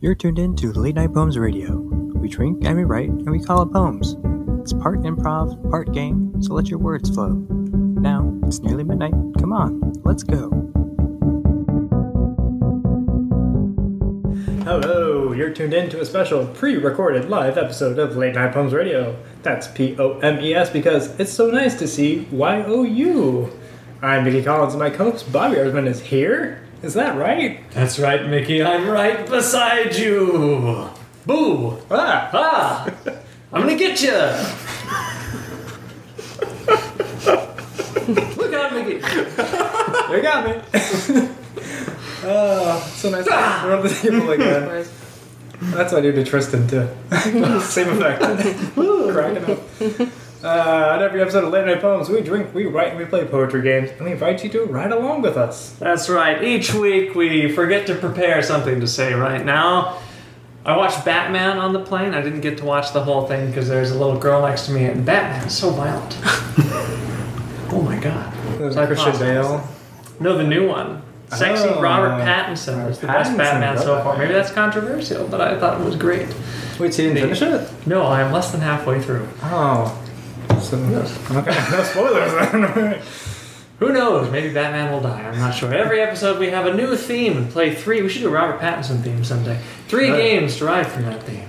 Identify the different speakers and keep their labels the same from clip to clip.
Speaker 1: You're tuned in to Late Night Poems Radio. We drink and we write and we call it poems. It's part improv, part game, so let your words flow. Now, it's nearly midnight. Come on, let's go. Hello, you're tuned in to a special pre recorded live episode of Late Night Poems Radio. That's P O M E S because it's so nice to see Y O U. I'm Mickey Collins, and my co host Bobby Arsman is here. Is that right?
Speaker 2: That's right, Mickey. I'm right beside you. Boo!
Speaker 1: Ah!
Speaker 2: Ah! I'm gonna get you. Look out, Mickey.
Speaker 1: They got me. oh, so nice. We're on the table again. That's what I do to Tristan too. Same effect. Cracking up. Uh, on every episode of Late Night Poems, we drink, we write, and we play poetry games, and we invite you to ride along with us.
Speaker 2: That's right. Each week we forget to prepare something to say right now. I watched Batman on the plane. I didn't get to watch the whole thing because there's a little girl next to me, and Batman's so violent. oh my god.
Speaker 1: There's
Speaker 2: I
Speaker 1: Christian
Speaker 2: paused.
Speaker 1: Bale.
Speaker 2: No, the new one. Sexy
Speaker 1: Oh.
Speaker 2: Robert Pattinson was the
Speaker 1: Pattinson,
Speaker 2: best Batman so
Speaker 1: okay.
Speaker 2: far. Maybe that's controversial, but I thought it was great.
Speaker 1: Wait, so you didn't finish it?
Speaker 2: No, I am less than halfway through.
Speaker 1: Oh. So, okay, no spoilers then.
Speaker 2: Who knows? Maybe Batman will die. I'm not sure. Every episode we have a new theme and play three. We should do a Robert Pattinson theme someday. Three
Speaker 1: Right.
Speaker 2: games derived from that theme.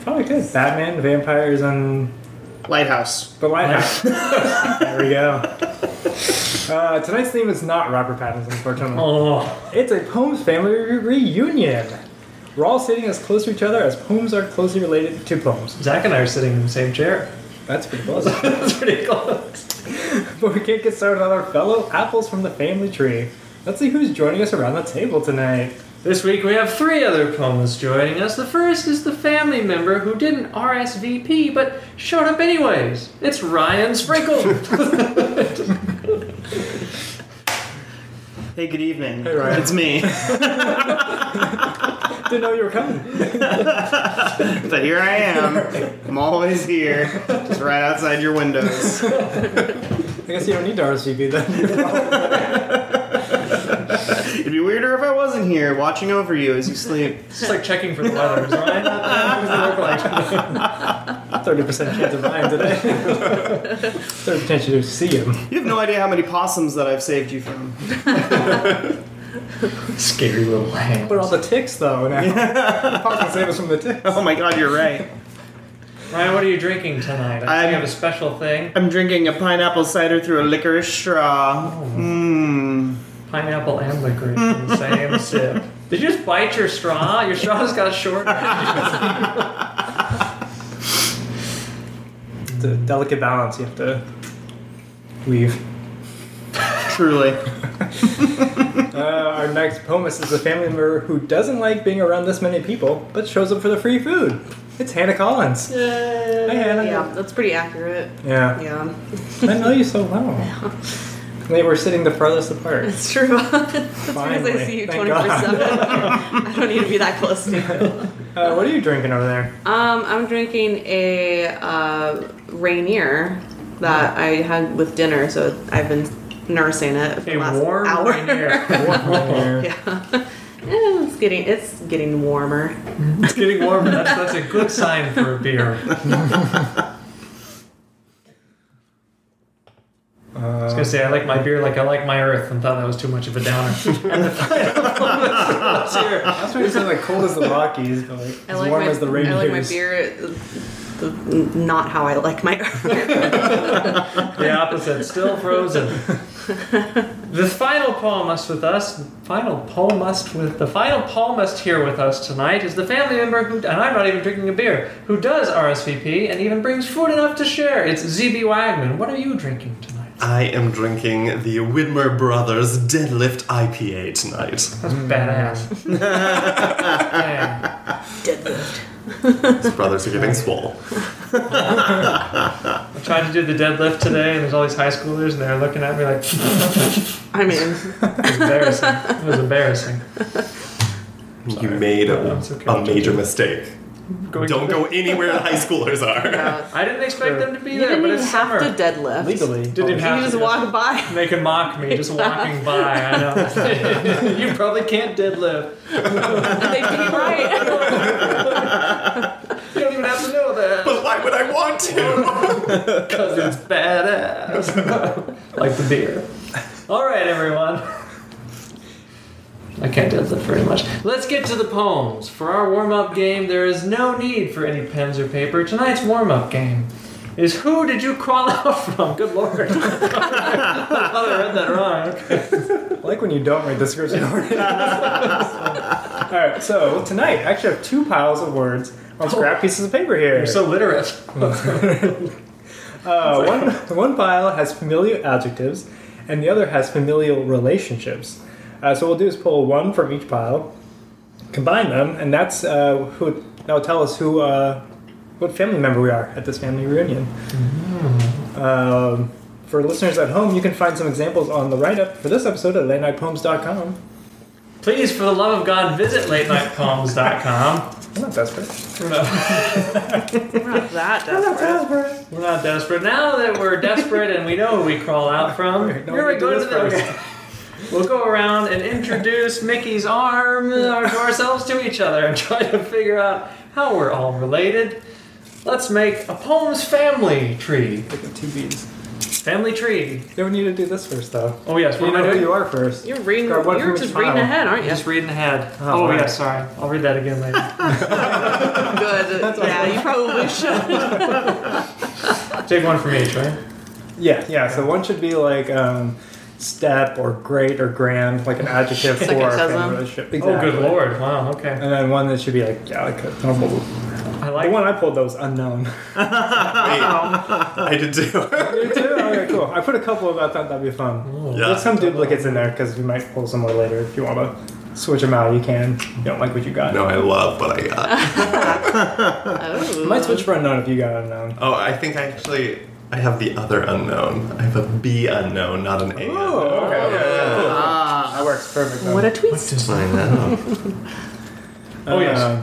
Speaker 1: Probably Oh, good. Batman, vampires, and
Speaker 3: Lighthouse.
Speaker 1: The lighthouse. there we go. Uh, tonight's theme is not Robert Pattinson, unfortunately.
Speaker 2: Oh,
Speaker 1: It's a poems family re- reunion. We're all sitting as close to each other as poems are closely related to poems.
Speaker 2: Zach and I are sitting in the same chair.
Speaker 1: That's pretty close.
Speaker 2: That's pretty close.
Speaker 1: but we can't get started on our fellow apples from the family tree. Let's see who's joining us around the table tonight.
Speaker 2: This week we have three other poemas joining us. The first is the family member who didn't RSVP but showed up anyways. It's Ryan Sprinkle.
Speaker 3: Hey, good evening.
Speaker 1: Hey, Ryan.
Speaker 3: It's me.
Speaker 1: Didn't know you were coming.
Speaker 3: but here I am. I'm always here, just right outside your windows.
Speaker 1: I guess you don't need to RSVP then.
Speaker 3: It'd be weirder if I wasn't here watching over you as you sleep.
Speaker 2: It's just like checking for the weather. Is Ryan out there? What does it look like?
Speaker 1: Thirty percent chance of mine today. Thirty percent chance to see him.
Speaker 3: You have no idea how many possums that I've saved you from.
Speaker 2: Scary little hand.
Speaker 1: But all the ticks though now. Possibly save us from the ticks.
Speaker 3: Oh my god, you're right.
Speaker 2: Ryan, what are you drinking tonight? I think
Speaker 3: I'm-
Speaker 2: you have a special thing.
Speaker 3: I'm drinking a pineapple cider through a licorice straw. Mmm.
Speaker 2: Pineapple and licorice in the same sip. Did you just bite your straw? Your straw's got shorter.
Speaker 1: It's a delicate balance you have to weave.
Speaker 3: Truly.
Speaker 1: Uh, our next poemist is a family member who doesn't like being around this many people, but shows up for the free food. It's Hannah Collins. Hey, Hannah.
Speaker 4: Yeah, that's pretty accurate.
Speaker 1: Yeah.
Speaker 4: Yeah,
Speaker 1: I know you so well. They were sitting the farthest apart.
Speaker 4: it's true. as soon as
Speaker 1: Finally.
Speaker 4: I see you
Speaker 1: Thank
Speaker 4: 24 7, I don't need to be that close to you.
Speaker 1: Uh, what are you drinking over there?
Speaker 4: Um, I'm drinking a uh, Rainier that I had with dinner, so I've been nursing it for
Speaker 2: A
Speaker 4: the last
Speaker 2: warm
Speaker 4: hour.
Speaker 2: Rainier.
Speaker 1: Here.
Speaker 4: yeah. Eh, It's getting it's getting warmer.
Speaker 2: It's getting warmer. That's, that's a good sign for a beer. I was
Speaker 1: Uh,
Speaker 2: gonna say I like my beer like I like my earth, and thought that was too much of a downer.
Speaker 1: I was trying to say like cold as the Rockies, but like,
Speaker 4: I
Speaker 1: as
Speaker 4: like
Speaker 1: warm
Speaker 4: my
Speaker 1: as the Rangers.
Speaker 4: I like my beer. It, the, not how I like my.
Speaker 2: The opposite, still frozen. the final palmist with us, final palmist with the final palmist here with us tonight is the family member who, and I'm not even drinking a beer, who does RSVP and even brings food enough to share. It's ZB Wagman. What are you drinking tonight?
Speaker 5: I am drinking the Widmer Brothers Deadlift IPA tonight.
Speaker 2: That's badass. Man.
Speaker 4: deadlift.
Speaker 5: These brothers are getting swole.
Speaker 2: I tried to do the deadlift today, and there's all these high schoolers, and they're looking at me like,
Speaker 4: I mean,
Speaker 2: it was embarrassing. It was embarrassing.
Speaker 5: You made a,
Speaker 2: That's okay.
Speaker 5: a major mistake.
Speaker 2: Going
Speaker 5: Don't
Speaker 2: to-
Speaker 5: go anywhere the high schoolers are.
Speaker 4: Yeah.
Speaker 2: I didn't expect them to be
Speaker 4: You
Speaker 2: there,
Speaker 4: didn't
Speaker 2: but
Speaker 4: even
Speaker 2: it's summer.
Speaker 4: have to deadlift.
Speaker 6: Legally.
Speaker 2: Didn't even
Speaker 4: You
Speaker 2: have
Speaker 4: just
Speaker 2: to.
Speaker 4: walk by.
Speaker 2: They can mock me just walking by. I know. you probably can't deadlift.
Speaker 4: They'd be right.
Speaker 2: You don't even have to know that
Speaker 5: But why would I want to?
Speaker 2: because it's badass. like the beer. All right, everyone. I can't deadlift very much. Let's get to the poems. For our warm up game, there is no need for any pens or paper. Tonight's warm up game is Who Did You Crawl Out From? Good lord. I thought I read that wrong. Okay.
Speaker 1: I like when you don't read the scripts in order. All right, so tonight I actually have two piles of words on scrap pieces of paper here.
Speaker 2: You're so literate.
Speaker 1: Uh, one, one pile has familial adjectives, and the other has familial relationships. Uh, so what we'll do is pull one from each pile, combine them, and that's uh, who that will tell us who uh, what family member we are at this family reunion. Um, for listeners at home, you can find some examples on the write-up for this episode at latenightpoems.com.
Speaker 2: Please, for the love of God, visit latenightpoems.com.
Speaker 1: I'm not desperate.
Speaker 2: We're not,
Speaker 4: We're not that desperate.
Speaker 2: we're not desperate. Now that we're desperate and we know who we crawl out from,
Speaker 1: Wait, no,
Speaker 2: here
Speaker 1: we
Speaker 2: we
Speaker 1: do
Speaker 2: go
Speaker 1: this
Speaker 2: to the.
Speaker 1: first.
Speaker 2: okay. We'll go around and introduce Mickey's arm or to ourselves to each other and try to figure out how we're all related. Let's make a poems family tree.
Speaker 1: Pick up two beads.
Speaker 2: Family tree.
Speaker 1: Yeah, we need to do this first, though.
Speaker 2: Oh yes, what
Speaker 1: You
Speaker 2: am I
Speaker 1: know who
Speaker 2: doing?
Speaker 1: you are first.
Speaker 4: You're reading.
Speaker 1: Grab one
Speaker 4: You're
Speaker 1: from
Speaker 4: just
Speaker 1: each
Speaker 4: reading
Speaker 1: pile.
Speaker 4: ahead, aren't you?
Speaker 2: Just reading ahead.
Speaker 1: Oh,
Speaker 2: Oh, yeah,
Speaker 1: right.
Speaker 2: sorry. I'll read that again later.
Speaker 4: Good. Yeah, you probably should.
Speaker 2: Take one from each, right?
Speaker 1: Yeah, yeah. So one should be like um, step or great or grand, like an adjective
Speaker 4: It's like
Speaker 1: for
Speaker 4: a
Speaker 1: a
Speaker 4: chasm.
Speaker 1: family relationship.
Speaker 2: Oh, good lord! Wow. Okay.
Speaker 1: And then one that should be like Gallica. Tumble.
Speaker 2: I
Speaker 1: The
Speaker 2: like
Speaker 1: one I pulled that was unknown.
Speaker 5: I did too.
Speaker 1: You too? Okay, cool. I put a couple of I thought that'd be
Speaker 2: Oh.
Speaker 1: fun.
Speaker 5: Yeah.
Speaker 1: There's some duplicates in there because we might pull some more later if you want to switch them out. You can. You don't like what you got.
Speaker 5: No, I love what I got.
Speaker 1: I
Speaker 4: Oh.
Speaker 1: might switch for unknown if you got unknown.
Speaker 5: Oh, I think I actually I have the other unknown. I have a B unknown, not an A.
Speaker 1: Oh,
Speaker 5: unknown.
Speaker 1: okay. okay, cool.
Speaker 3: Ah,
Speaker 1: That works perfect. Then.
Speaker 4: What a twist.
Speaker 5: Just I know.
Speaker 2: Oh, yes.
Speaker 1: Um,
Speaker 2: Are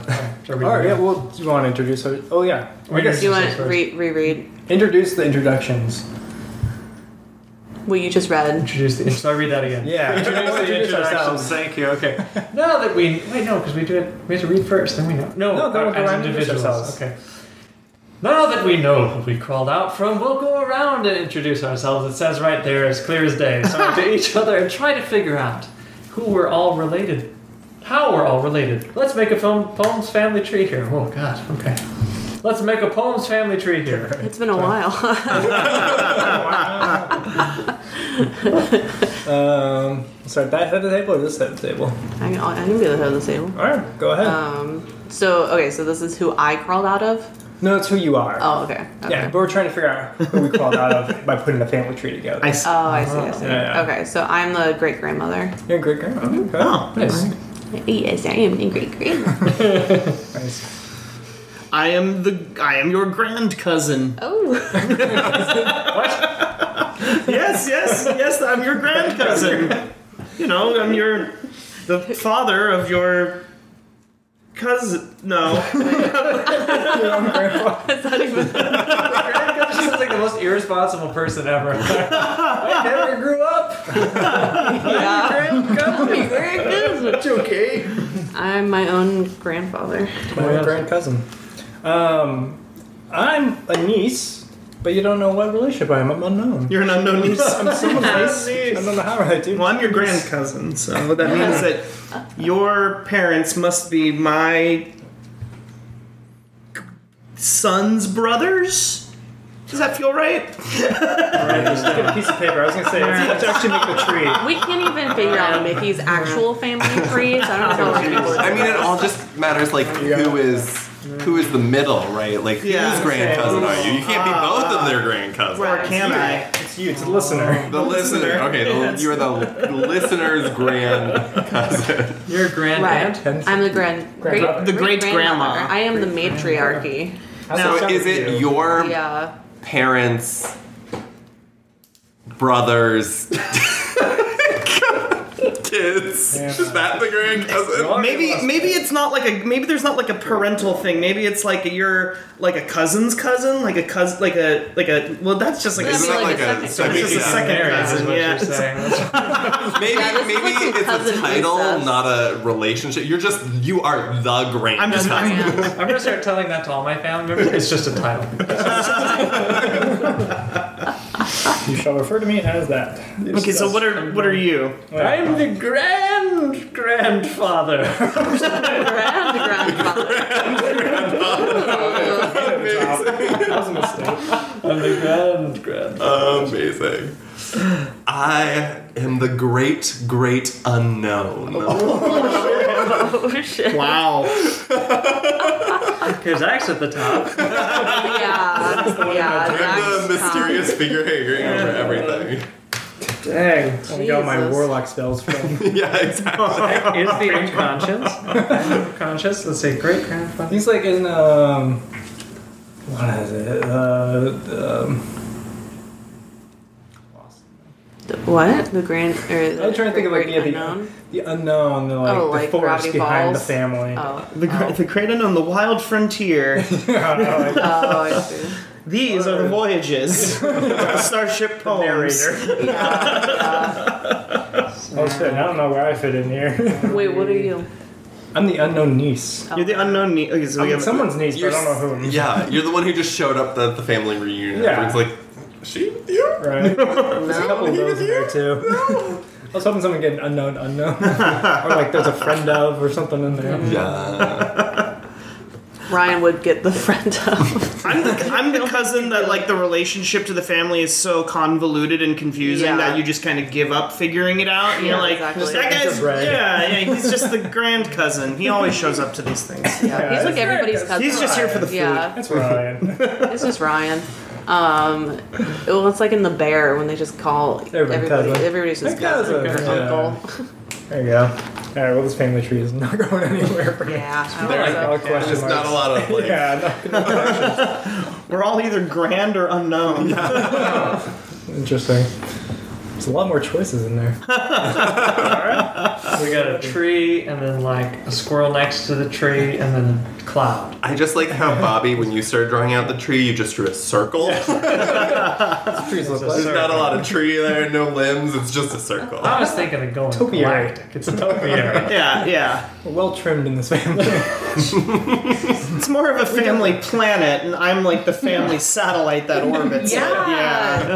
Speaker 2: we-
Speaker 1: all right. Yeah. Well, do you want to introduce? Her? Oh yeah.
Speaker 2: We
Speaker 4: Do you want
Speaker 2: introduce
Speaker 4: to
Speaker 2: ourselves.
Speaker 4: re- reread
Speaker 1: Introduce the introductions.
Speaker 4: what you just read?
Speaker 2: introduce the So I read that again.
Speaker 1: Yeah.
Speaker 2: Introduce the introductions. Oh, Thank you. Okay. now that we wait, no, because we do it. We have to read first, then we know. No,
Speaker 1: No, then we'll go around
Speaker 2: as
Speaker 1: and introduce
Speaker 2: individuals.
Speaker 1: ourselves.
Speaker 2: Okay. Now that we know who we crawled out from, we'll go around and introduce ourselves. It says right there, as clear as day, so to each other and try to figure out who we're all related, how we're all related. Let's make a film, poems family tree here. Oh God. Okay. Let's make a poems family tree here.
Speaker 4: It's been a while.
Speaker 1: Um, start that head of the table or this head of the table?
Speaker 4: I can, I can be the head of the table.
Speaker 1: All right, go ahead.
Speaker 4: Um. So okay. So this is who I crawled out of.
Speaker 1: no, it's who you are.
Speaker 4: Oh, okay. okay.
Speaker 1: Yeah, but we're trying to figure out who we crawled out of by putting a family tree together.
Speaker 3: I s-
Speaker 4: Oh, I see. I see.
Speaker 1: Uh-huh. Yeah, yeah.
Speaker 4: Okay. So I'm the great grandmother.
Speaker 1: You're a great grandma. Okay.
Speaker 3: Oh,
Speaker 1: nice.
Speaker 4: Yes, I am the great grandmother.
Speaker 1: nice.
Speaker 3: I am the I am your grand cousin.
Speaker 4: Oh.
Speaker 3: yes, yes, yes. I'm your grand cousin. You know, I'm your the father of your cousin. No,
Speaker 4: It's not even.
Speaker 2: Grandpa just sounds like the most irresponsible person ever. I never grew up.
Speaker 4: Yeah.
Speaker 2: Grandpa.
Speaker 3: it's okay.
Speaker 4: I'm my own grandfather.
Speaker 1: My
Speaker 2: yes.
Speaker 1: grand cousin. Um, I'm a niece, but you don't know what relationship I am. I'm unknown.
Speaker 3: You're an unknown niece.
Speaker 1: I'm someone's niece. I
Speaker 3: niece.
Speaker 1: don't know how I do.
Speaker 3: Well, I'm your grand cousin, so that means that your parents must be my son's brothers. Does that feel right?
Speaker 1: Right, just get a piece of paper. I was gonna say let's, let's actually make the tree.
Speaker 4: We can't even figure out Mickey's actual family tree, so I don't know how we're gonna
Speaker 5: I mean, it all just matters like who is who is the middle, right? Like
Speaker 3: Yeah.
Speaker 5: whose grand cousin are you? You can't be both of their grand cousins.
Speaker 3: Or can I?
Speaker 1: It's you. It's a listener.
Speaker 5: The listener. Okay, the, you're the listener's grand cousin.
Speaker 2: Your granddad.
Speaker 4: Right. I'm the grand, great,
Speaker 1: Grandmother.
Speaker 3: The great
Speaker 4: grandmother.
Speaker 3: grandma.
Speaker 4: I am the matriarchy.
Speaker 1: How's
Speaker 3: Now,
Speaker 1: that
Speaker 5: So
Speaker 1: sound
Speaker 5: is
Speaker 1: to
Speaker 5: it
Speaker 1: you?
Speaker 5: your
Speaker 4: Yeah.
Speaker 5: parents, brothers, kids.
Speaker 1: Yeah.
Speaker 5: Is that the grand cousin?
Speaker 3: Maybe
Speaker 1: Lost
Speaker 3: maybe it's not like a maybe there's not like a parental thing. Maybe it's like you're like a cousin's cousin, like a cousin, like a like a. Well, that's just like a,
Speaker 4: That'd
Speaker 5: Isn't
Speaker 4: be
Speaker 5: that
Speaker 4: like
Speaker 5: like
Speaker 4: a
Speaker 5: a
Speaker 4: second
Speaker 5: second
Speaker 3: cousin. It's just a
Speaker 5: cousin?
Speaker 3: second
Speaker 2: married,
Speaker 3: cousin,
Speaker 2: is what
Speaker 3: yeah.
Speaker 2: you're saying.
Speaker 5: Maybe
Speaker 4: Yeah, this
Speaker 5: maybe
Speaker 4: looks like
Speaker 5: it's
Speaker 4: cousin
Speaker 5: a title,
Speaker 4: incest.
Speaker 5: not a relationship. You're just you are the grand.
Speaker 3: I'm just.
Speaker 5: cousin.
Speaker 3: I'm,
Speaker 4: Yeah.
Speaker 2: I'm gonna start telling that to all my family members. It's just a title.
Speaker 1: You shall refer to me as that.
Speaker 3: okay, so what are what are you?
Speaker 2: I'm the grand grandfather.
Speaker 4: Grand grandfather.
Speaker 1: That was a mistake.
Speaker 2: I'm the grand grand.
Speaker 5: Amazing. I am the great, great unknown.
Speaker 4: Oh shit.
Speaker 3: Wow.
Speaker 2: Here's Axe at the top.
Speaker 4: Yeah. Yeah.
Speaker 5: I'm
Speaker 4: that's
Speaker 5: the mysterious figure hanging over everything.
Speaker 2: Dang.
Speaker 1: I got my
Speaker 4: Jesus.
Speaker 1: warlock spells from.
Speaker 5: yeah, exactly.
Speaker 2: Is the unconscious. Conscious. Let's say great grandfather.
Speaker 1: He's like in um, what is it? Uh, um,
Speaker 4: The- What? The grand or the
Speaker 1: I'm trying to think of like
Speaker 4: great
Speaker 1: yeah, the,
Speaker 4: unknown?
Speaker 1: the unknown, the, like
Speaker 4: Oh,
Speaker 1: the
Speaker 4: like
Speaker 1: forest
Speaker 4: Gravity
Speaker 1: behind
Speaker 4: Falls?
Speaker 1: the family.
Speaker 4: Oh.
Speaker 3: The gra- the great unknown, the wild frontier.
Speaker 4: Oh, I see.
Speaker 3: These are the voyages. of Starship poems.
Speaker 1: Narrator. oh shit! I don't know where I fit in here.
Speaker 4: Wait, what are you?
Speaker 1: I'm the unknown niece.
Speaker 4: Oh.
Speaker 3: You're the unknown. Ne- okay, so we
Speaker 1: I'm
Speaker 3: have
Speaker 1: someone's niece, but I don't know who.
Speaker 5: yeah, you're the one who just showed up at the family reunion.
Speaker 1: Yeah.
Speaker 5: Everyone's like, "Is she with you?
Speaker 1: Right. There's a
Speaker 4: No.
Speaker 1: couple of those in there too. I was hoping someone get an unknown unknown, or like there's a friend of or something in there.
Speaker 5: Yeah.
Speaker 4: Ryan would get the friend of.
Speaker 3: I'm the, I'm the cousin that like the relationship to the family is so convoluted and confusing
Speaker 4: Yeah.
Speaker 3: that you just kind of give up figuring it out. And you're
Speaker 4: Yeah,
Speaker 3: like,
Speaker 4: exactly. Just
Speaker 1: like
Speaker 3: that guy's
Speaker 1: interbred.
Speaker 3: yeah, yeah, he's just the grand cousin. He always shows up to these things.
Speaker 4: Yeah, he's like
Speaker 1: it's-
Speaker 4: everybody's
Speaker 1: it's-
Speaker 4: cousin.
Speaker 3: He's just here for the food.
Speaker 4: Yeah,
Speaker 1: That's Ryan.
Speaker 4: it's just Ryan. Um, well, it's like in the bear when they just call
Speaker 1: Everybody
Speaker 4: everybody.
Speaker 1: cousin.
Speaker 4: Everybody's just
Speaker 1: Their
Speaker 4: cousin,
Speaker 1: cousin,
Speaker 4: or
Speaker 1: yeah.
Speaker 4: uncle.
Speaker 1: There you go. All right. Well, this family tree is not going anywhere. For me.
Speaker 4: Yeah, I
Speaker 5: There
Speaker 4: don't
Speaker 5: you
Speaker 4: know.
Speaker 1: All question
Speaker 5: There's not
Speaker 1: marks.
Speaker 5: a lot of like.
Speaker 1: Yeah. no-
Speaker 3: We're all either grand or unknown.
Speaker 1: Interesting. There's a lot more choices in there.
Speaker 2: We got a tree, and then like a squirrel next to the tree, and then a cloud.
Speaker 5: I just like how Bobby, when you started drawing out the tree, you just drew a circle.
Speaker 1: trees look
Speaker 5: There's
Speaker 1: like.
Speaker 5: not a lot of tree there, no limbs. It's just a circle.
Speaker 2: I was thinking of going
Speaker 1: Topiary.
Speaker 2: galactic. It's a topiary.
Speaker 3: Yeah, yeah.
Speaker 1: Well trimmed in this family.
Speaker 3: It's more of a family planet, and I'm like the family satellite that orbits it.
Speaker 4: Yeah.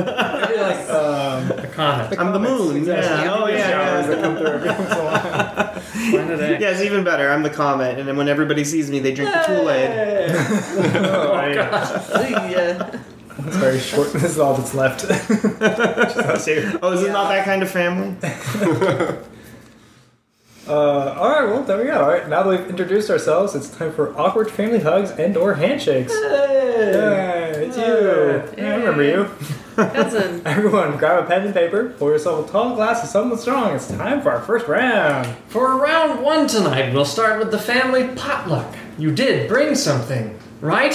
Speaker 3: Yeah.
Speaker 1: um,
Speaker 2: a comet.
Speaker 3: I'm the moon. Yeah. Oh, yeah.
Speaker 1: Showers
Speaker 3: yeah.
Speaker 1: that come through every once in a while.
Speaker 2: Planet X.
Speaker 3: Yeah, it's even better. I'm the comet, and then when everybody sees me, they drink the Kool-Aid.
Speaker 1: Oh, right.
Speaker 4: Yeah.
Speaker 1: It's very short. This is all that's left.
Speaker 3: Oh, is it
Speaker 4: Yeah.
Speaker 3: not that kind of family?
Speaker 1: Uh, all right. Well, there we go. All right. Now that we've introduced ourselves, it's time for awkward family hugs and/or handshakes. Hey, it's you. Yeah, I remember you.
Speaker 4: cousin.
Speaker 1: Everyone, grab a pen and paper. Pour yourself a tall glass of something strong. It's time for our first round.
Speaker 2: For round one tonight, we'll start with the family potluck. You did bring something, right?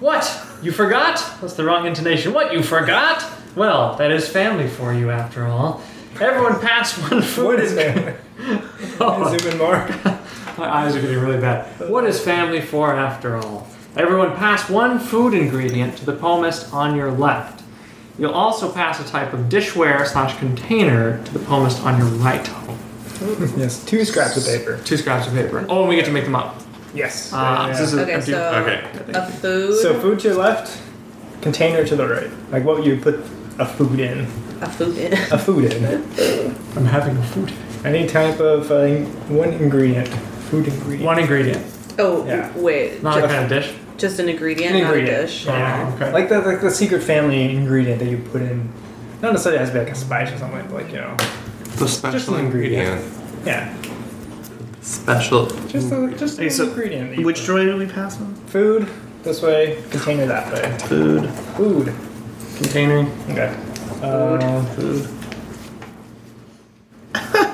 Speaker 2: What? You forgot? That's the wrong intonation. What, you forgot? Well, that is family for you after all. Everyone pass one food. Oh.
Speaker 1: What is family? Zoom in more.
Speaker 2: My eyes are getting really bad. What is family for after all? Everyone pass one food ingredient to the palmist on your left. You'll also pass a type of dishware slash container to the palmist on your right.
Speaker 1: Yes, two scraps of paper.
Speaker 2: Two scraps of paper. Oh, and we get to make them up.
Speaker 1: Yes.
Speaker 2: Uh,
Speaker 1: Yeah.
Speaker 2: this is a-
Speaker 4: Ah. Okay,
Speaker 2: a
Speaker 4: so
Speaker 5: Okay.
Speaker 4: a food.
Speaker 1: so food to your left, container to the right. Like what you put a food in.
Speaker 4: a food.
Speaker 1: A food in.
Speaker 2: I'm having a food.
Speaker 1: Any type of uh, one ingredient. Food ingredient.
Speaker 2: One ingredient,
Speaker 4: Oh
Speaker 1: Yeah.
Speaker 4: wait,
Speaker 2: not a kind of dish.
Speaker 4: just an ingredient,
Speaker 1: An
Speaker 4: not a
Speaker 1: ingredient.
Speaker 4: dish.
Speaker 1: Yeah.
Speaker 2: Oh, okay.
Speaker 1: Like the like the secret family ingredient that you put in. Not necessarily has to be like a spice or something, but like you know.
Speaker 5: The special
Speaker 1: ingredient.
Speaker 5: ingredient.
Speaker 1: Yeah.
Speaker 5: Special.
Speaker 1: Just a just
Speaker 3: Okay,
Speaker 1: an
Speaker 3: so
Speaker 1: ingredient. that you
Speaker 3: Which
Speaker 1: put.
Speaker 3: joy do we pass on?
Speaker 1: food this way, container that way.
Speaker 3: Food.
Speaker 1: Food.
Speaker 2: Container.
Speaker 1: Okay. Uh,
Speaker 3: Food.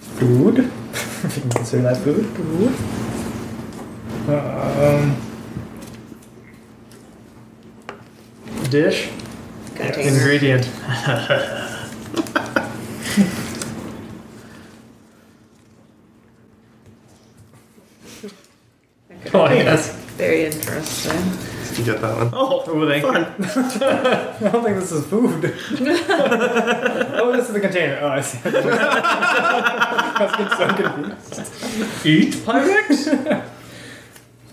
Speaker 1: Food. if you can consider that food. Food. Um,
Speaker 2: Dish.
Speaker 4: container.
Speaker 2: Ingredient. Oh, I guess.
Speaker 4: Very interesting.
Speaker 5: You get that one.
Speaker 3: Oh,
Speaker 2: thank you.
Speaker 3: fun.
Speaker 1: I don't think this is food. oh, this is the container. Oh, I see. I was getting so confused.
Speaker 2: Eat Pyrex?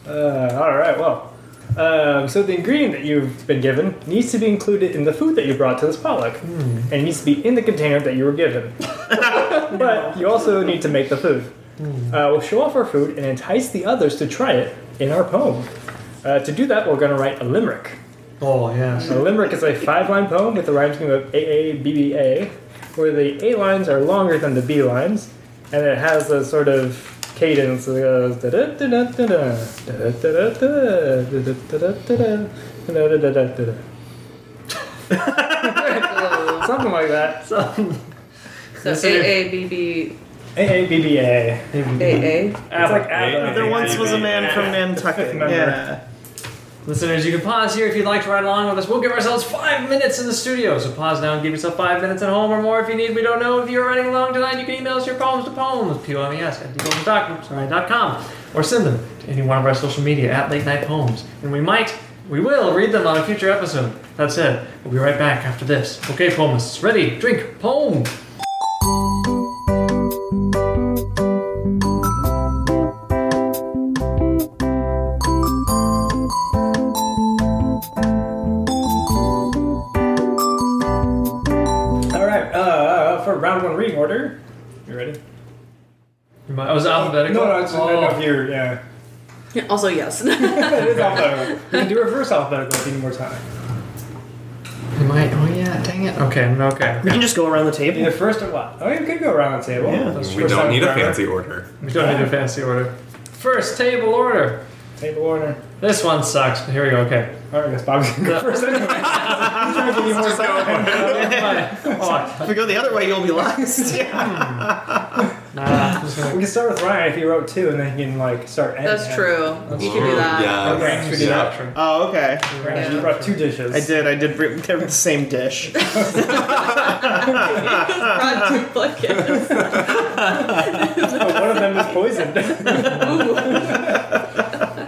Speaker 1: Uh, all right, well. Um, so the ingredient that you've been given needs to be included in the food that you brought to this potluck,
Speaker 2: Hmm.
Speaker 1: and it needs to be in the container that you were given. but you also need to make the food.
Speaker 2: Hmm.
Speaker 1: Uh, we'll show off our food and entice the others to try it in our poem. Uh, to do that, we're going to write a limerick.
Speaker 2: oh, yes.
Speaker 1: A limerick is a five-line poem with a rhyme scheme of AABBA, where the A lines are longer than the B lines, and it has a sort of uh, cadence that goes da-da-da-da-da, da-da-da-da-da, da-da-da-da-da, da-da-da-da-da-da.
Speaker 4: So,
Speaker 1: Something like that.
Speaker 4: so AABB
Speaker 1: AABBA.
Speaker 4: AA.
Speaker 1: It's like ABBA.
Speaker 3: There once was a man from Nantucket.
Speaker 1: Remember.
Speaker 3: Yeah.
Speaker 2: Listeners, you can pause here if you'd like to ride along with us. We'll give ourselves five minutes in the studio, so pause now and give yourself five minutes at home or more if you need. We don't know if you're running along tonight. You can email us your poems to poems, P-O-M-E-S, E at deepopendoctor.com, or send them to any one of our social media at Late Night Poems. And we might, we will read them on a future episode. That said, we'll be right back after this. Okay, poemists, ready, drink, poem.
Speaker 1: All right, uh, for round one reading order. You ready?
Speaker 2: You might- I was alphabetical.
Speaker 1: No, no, it's
Speaker 2: Oh.
Speaker 1: not if you're, yeah.
Speaker 4: Also, yes.
Speaker 1: It is alphabetical. You can do reverse alphabetical if you need more time.
Speaker 2: You might, oh yeah, dang it. Okay, okay.
Speaker 3: We can just go around the table.
Speaker 1: Either first or what? Oh, you could go around the table.
Speaker 3: Yeah.
Speaker 1: Oh, That's
Speaker 5: We
Speaker 1: first
Speaker 5: don't
Speaker 1: time
Speaker 5: need a
Speaker 1: around.
Speaker 5: fancy order.
Speaker 2: We don't need a fancy order. First table order.
Speaker 1: Table order.
Speaker 2: This one sucks, but here we go, okay.
Speaker 1: All right, I guess Bob's gonna go first anyway. I'm trying to give you more time.
Speaker 2: Oh,
Speaker 3: If we go the other way, you'll be lost. yeah.
Speaker 2: nah, I'm just
Speaker 1: We
Speaker 2: gonna-
Speaker 1: can start with Ryan if he wrote two, and then he can like start. and-
Speaker 4: That's
Speaker 1: and-
Speaker 4: true. You can do that.
Speaker 5: Yeah.
Speaker 1: Okay, should we do that?
Speaker 3: Oh, okay.
Speaker 1: Ryan, You brought two dishes.
Speaker 3: I did. I did bring they're the same dish.
Speaker 4: Brought two buckets.
Speaker 1: Oh, one of them is poisoned.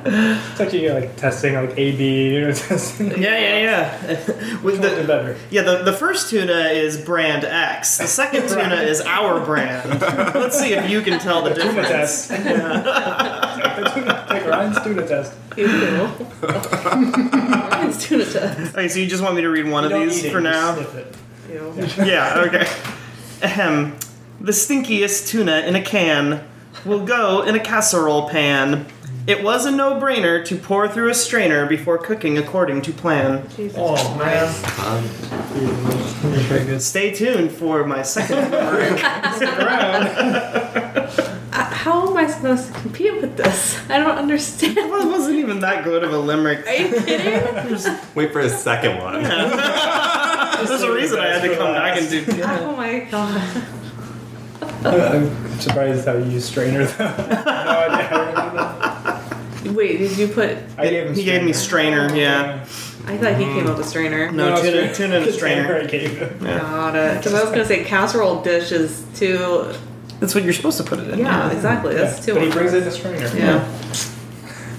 Speaker 1: it's actually you're, like testing like A B. You know, testing
Speaker 3: Yeah, yeah, yeah. With
Speaker 1: which one's
Speaker 3: the,
Speaker 1: better.
Speaker 3: yeah, the, the first tuna is brand X. The second tuna is our brand. Let's see if you can tell the
Speaker 1: Tuna
Speaker 3: difference.
Speaker 1: test. Take Ryan's tuna test.
Speaker 4: He's cool. Ryan's tuna test.
Speaker 3: Okay, so you just want me to read one
Speaker 1: You don't
Speaker 3: of
Speaker 1: eat
Speaker 3: these
Speaker 1: it,
Speaker 3: for
Speaker 1: you just
Speaker 3: now?
Speaker 1: sniff it.
Speaker 4: You know.
Speaker 3: Yeah, okay. Ahem. The stinkiest tuna in a can will go in a casserole pan. It was a no brainer to pour through a strainer before cooking according to plan.
Speaker 4: Jesus
Speaker 2: Oh, man.
Speaker 3: Stay tuned for my second.
Speaker 1: Round.
Speaker 4: Uh, How am I supposed to compete with this? I don't
Speaker 3: It
Speaker 4: understand.
Speaker 3: wasn't even that good of a limerick.
Speaker 4: Are you kidding?
Speaker 5: Wait for a second one.
Speaker 3: There's a reason I had to come back and do.
Speaker 4: Oh my god.
Speaker 1: I'm surprised how you use strainer though. no idea how to remember that.
Speaker 4: Wait, did you put?
Speaker 1: I gave him.
Speaker 3: He gave me strainer, yeah.
Speaker 4: I thought he came up with strainer.
Speaker 3: No,
Speaker 1: No,
Speaker 3: tuna,
Speaker 1: strainer.
Speaker 3: tuna and a strainer.
Speaker 1: I gave him.
Speaker 4: Got it. Because I was gonna say casserole dish is too.
Speaker 3: That's what you're supposed to put it in.
Speaker 4: Yeah, exactly. That's
Speaker 1: but he
Speaker 4: too.
Speaker 1: brings in the strainer.
Speaker 3: Yeah.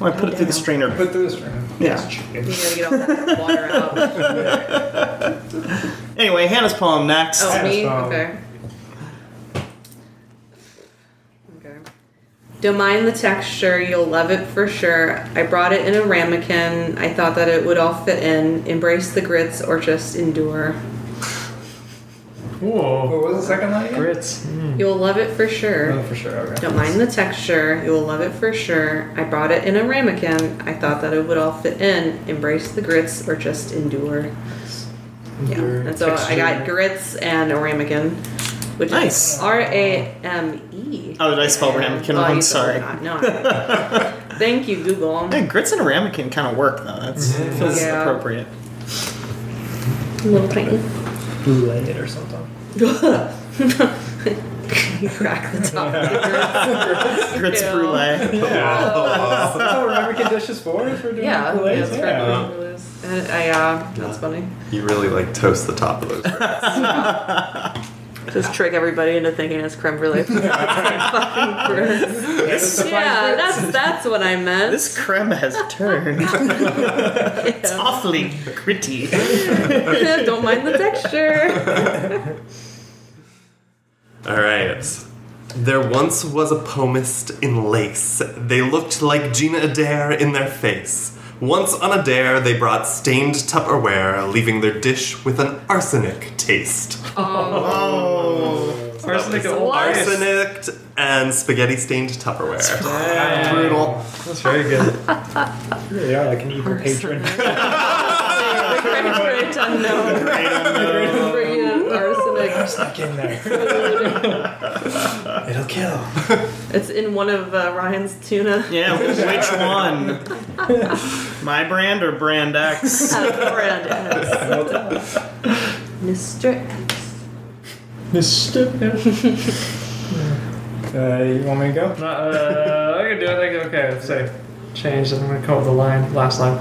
Speaker 3: Well, I put it through the strainer.
Speaker 1: Put through the strainer.
Speaker 3: Yeah.
Speaker 1: That's chicken.
Speaker 4: You gotta get all that water out.
Speaker 3: Anyway, Hannah's poem next.
Speaker 4: Oh, me?
Speaker 1: Yes, um,
Speaker 4: Okay. Okay. Don't mind the texture, you'll love it for sure. I brought it in a ramekin. I thought that it would all fit in. Embrace the grits or just endure.
Speaker 2: Whoa.
Speaker 1: What was the second line? again?
Speaker 2: Grits.
Speaker 4: You'll love it for sure.
Speaker 1: Oh, for sure. Okay.
Speaker 4: Don't mind the texture, you'll love it for sure. I brought it in a ramekin. I thought that it would all fit in. Embrace the grits or just endure. Yeah. And so I got grits and a ramekin, which
Speaker 3: Nice.
Speaker 4: is R A M E.
Speaker 3: Oh, did I spell ramekin
Speaker 4: Oh,
Speaker 3: wrong?
Speaker 4: you
Speaker 3: Sorry.
Speaker 4: spelled it wrong. No. Thank you, Google.
Speaker 3: Yeah, grits and a ramekin kind of work though. That's it feels
Speaker 4: Mm-hmm. Yeah.
Speaker 3: appropriate.
Speaker 4: Little tiny.
Speaker 1: Boulay it or something.
Speaker 4: you crack the top. of the grits.
Speaker 3: Grits
Speaker 4: Ew.
Speaker 3: brulee.
Speaker 1: That's what ramekin dishes for. If we're doing
Speaker 4: Yeah.
Speaker 1: bouillets?
Speaker 4: that's
Speaker 1: yeah.
Speaker 4: right. And I, uh, that's funny.
Speaker 5: You really like toast the top of those. breads.
Speaker 4: Just trick everybody into thinking it's creme brulee. yeah,
Speaker 1: Yes.
Speaker 4: that's that's what I meant.
Speaker 3: This creme has turned. it's awfully gritty.
Speaker 4: Don't mind the texture.
Speaker 5: All right. There once was a pomist in lace. They looked like Gina Adair in their face. Once on a dare, they brought stained Tupperware, leaving their dish with an arsenic taste.
Speaker 4: Oh,
Speaker 2: Arsenic and
Speaker 5: That was
Speaker 2: old ice.
Speaker 5: Arsenic and spaghetti stained Tupperware.
Speaker 2: Yeah.
Speaker 5: Brutal.
Speaker 1: That's very good. you really are like an evil patron.
Speaker 4: great unknown. Bring in arsenic.
Speaker 1: Stuck in there. It'll kill.
Speaker 4: It's in one of uh, Ryan's tuna.
Speaker 3: Yeah, which one? My brand or brand X?
Speaker 4: Brand X. Mr. X.
Speaker 1: Mr. uh, you want me to go?
Speaker 2: Uh, I can do it. I can, okay, let's say change. I'm gonna come up with the line, last line.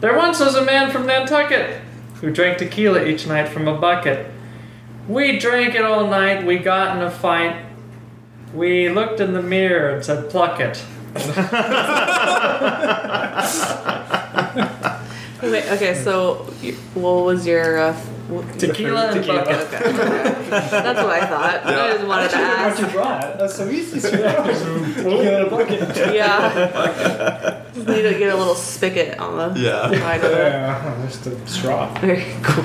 Speaker 2: There once was a man from Nantucket who drank tequila each night from a bucket. We drank it all night. We got in a fight. We looked in the mirror and said, "Pluck it."
Speaker 4: Wait, okay, so you- what was your. Uh, wh-
Speaker 2: Tequila and
Speaker 4: Okay,
Speaker 2: bucket.
Speaker 4: okay. That's what I thought. I just wanted to
Speaker 1: What
Speaker 4: ask.
Speaker 1: you brought? That's so easy. Tequila in a bucket.
Speaker 4: Yeah. Just need to get a little spigot on the
Speaker 5: Yeah.
Speaker 4: side of it.
Speaker 1: Yeah, just a Uh, straw.
Speaker 4: Very cool.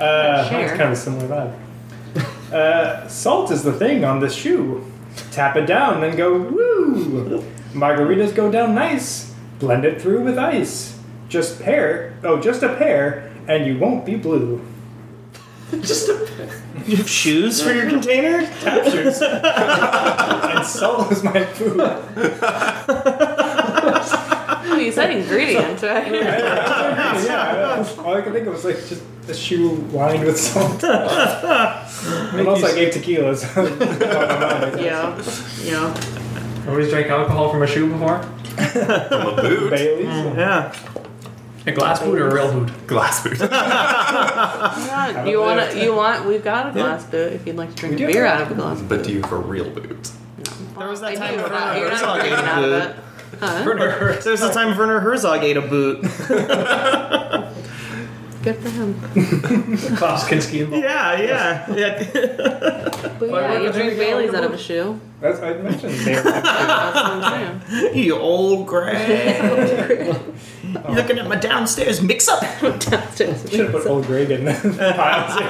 Speaker 1: Uh,
Speaker 4: Sure.
Speaker 1: That's kind of a similar vibe. Uh, salt is the thing on the shoe. Tap it down and go woo. Margaritas go down nice. Blend it through with ice. Just pair. Oh, just a pair, and you won't be blue.
Speaker 3: You have shoes for your container?
Speaker 1: Captures. and salt is my food.
Speaker 4: Ooh, Oh, you said ingredient, right?
Speaker 1: yeah, that's- all I could think of was like just a shoe lined with salt. and also, I gave tequila. So
Speaker 4: Yeah. Yeah.
Speaker 2: Nobody's drank alcohol from a shoe before.
Speaker 5: From a boot.
Speaker 1: Bailey's.
Speaker 3: Yeah.
Speaker 2: A glass boot or a real boot?
Speaker 5: Glass boot.
Speaker 4: Yeah, You want to? You want? We've got a glass boot. If you'd like to drink
Speaker 1: We
Speaker 4: a
Speaker 1: do.
Speaker 4: beer out of a glass.
Speaker 5: But do you have a real boot?
Speaker 4: There
Speaker 3: was that
Speaker 4: I
Speaker 3: time
Speaker 4: do,
Speaker 3: of
Speaker 4: but
Speaker 3: Werner
Speaker 4: You're not
Speaker 3: Herzog
Speaker 4: drinking
Speaker 3: ate
Speaker 4: out of
Speaker 3: the-
Speaker 4: it. Huh?
Speaker 2: Burner.
Speaker 3: There's the time Werner Herzog ate a boot.
Speaker 4: Good for him.
Speaker 2: Klaus Kinski involved.
Speaker 3: Yeah, yeah. yeah.
Speaker 4: But
Speaker 2: Why
Speaker 4: yeah,
Speaker 2: would
Speaker 4: you
Speaker 2: you
Speaker 4: drink
Speaker 2: drink
Speaker 4: Bailey's
Speaker 2: out
Speaker 4: out
Speaker 2: of
Speaker 4: of a shoe.
Speaker 1: That's, I mentioned there.
Speaker 4: That's what I'm saying.
Speaker 3: you old gray. You're looking at my downstairs mix up.
Speaker 1: Should have put Old Greg in the pile. too.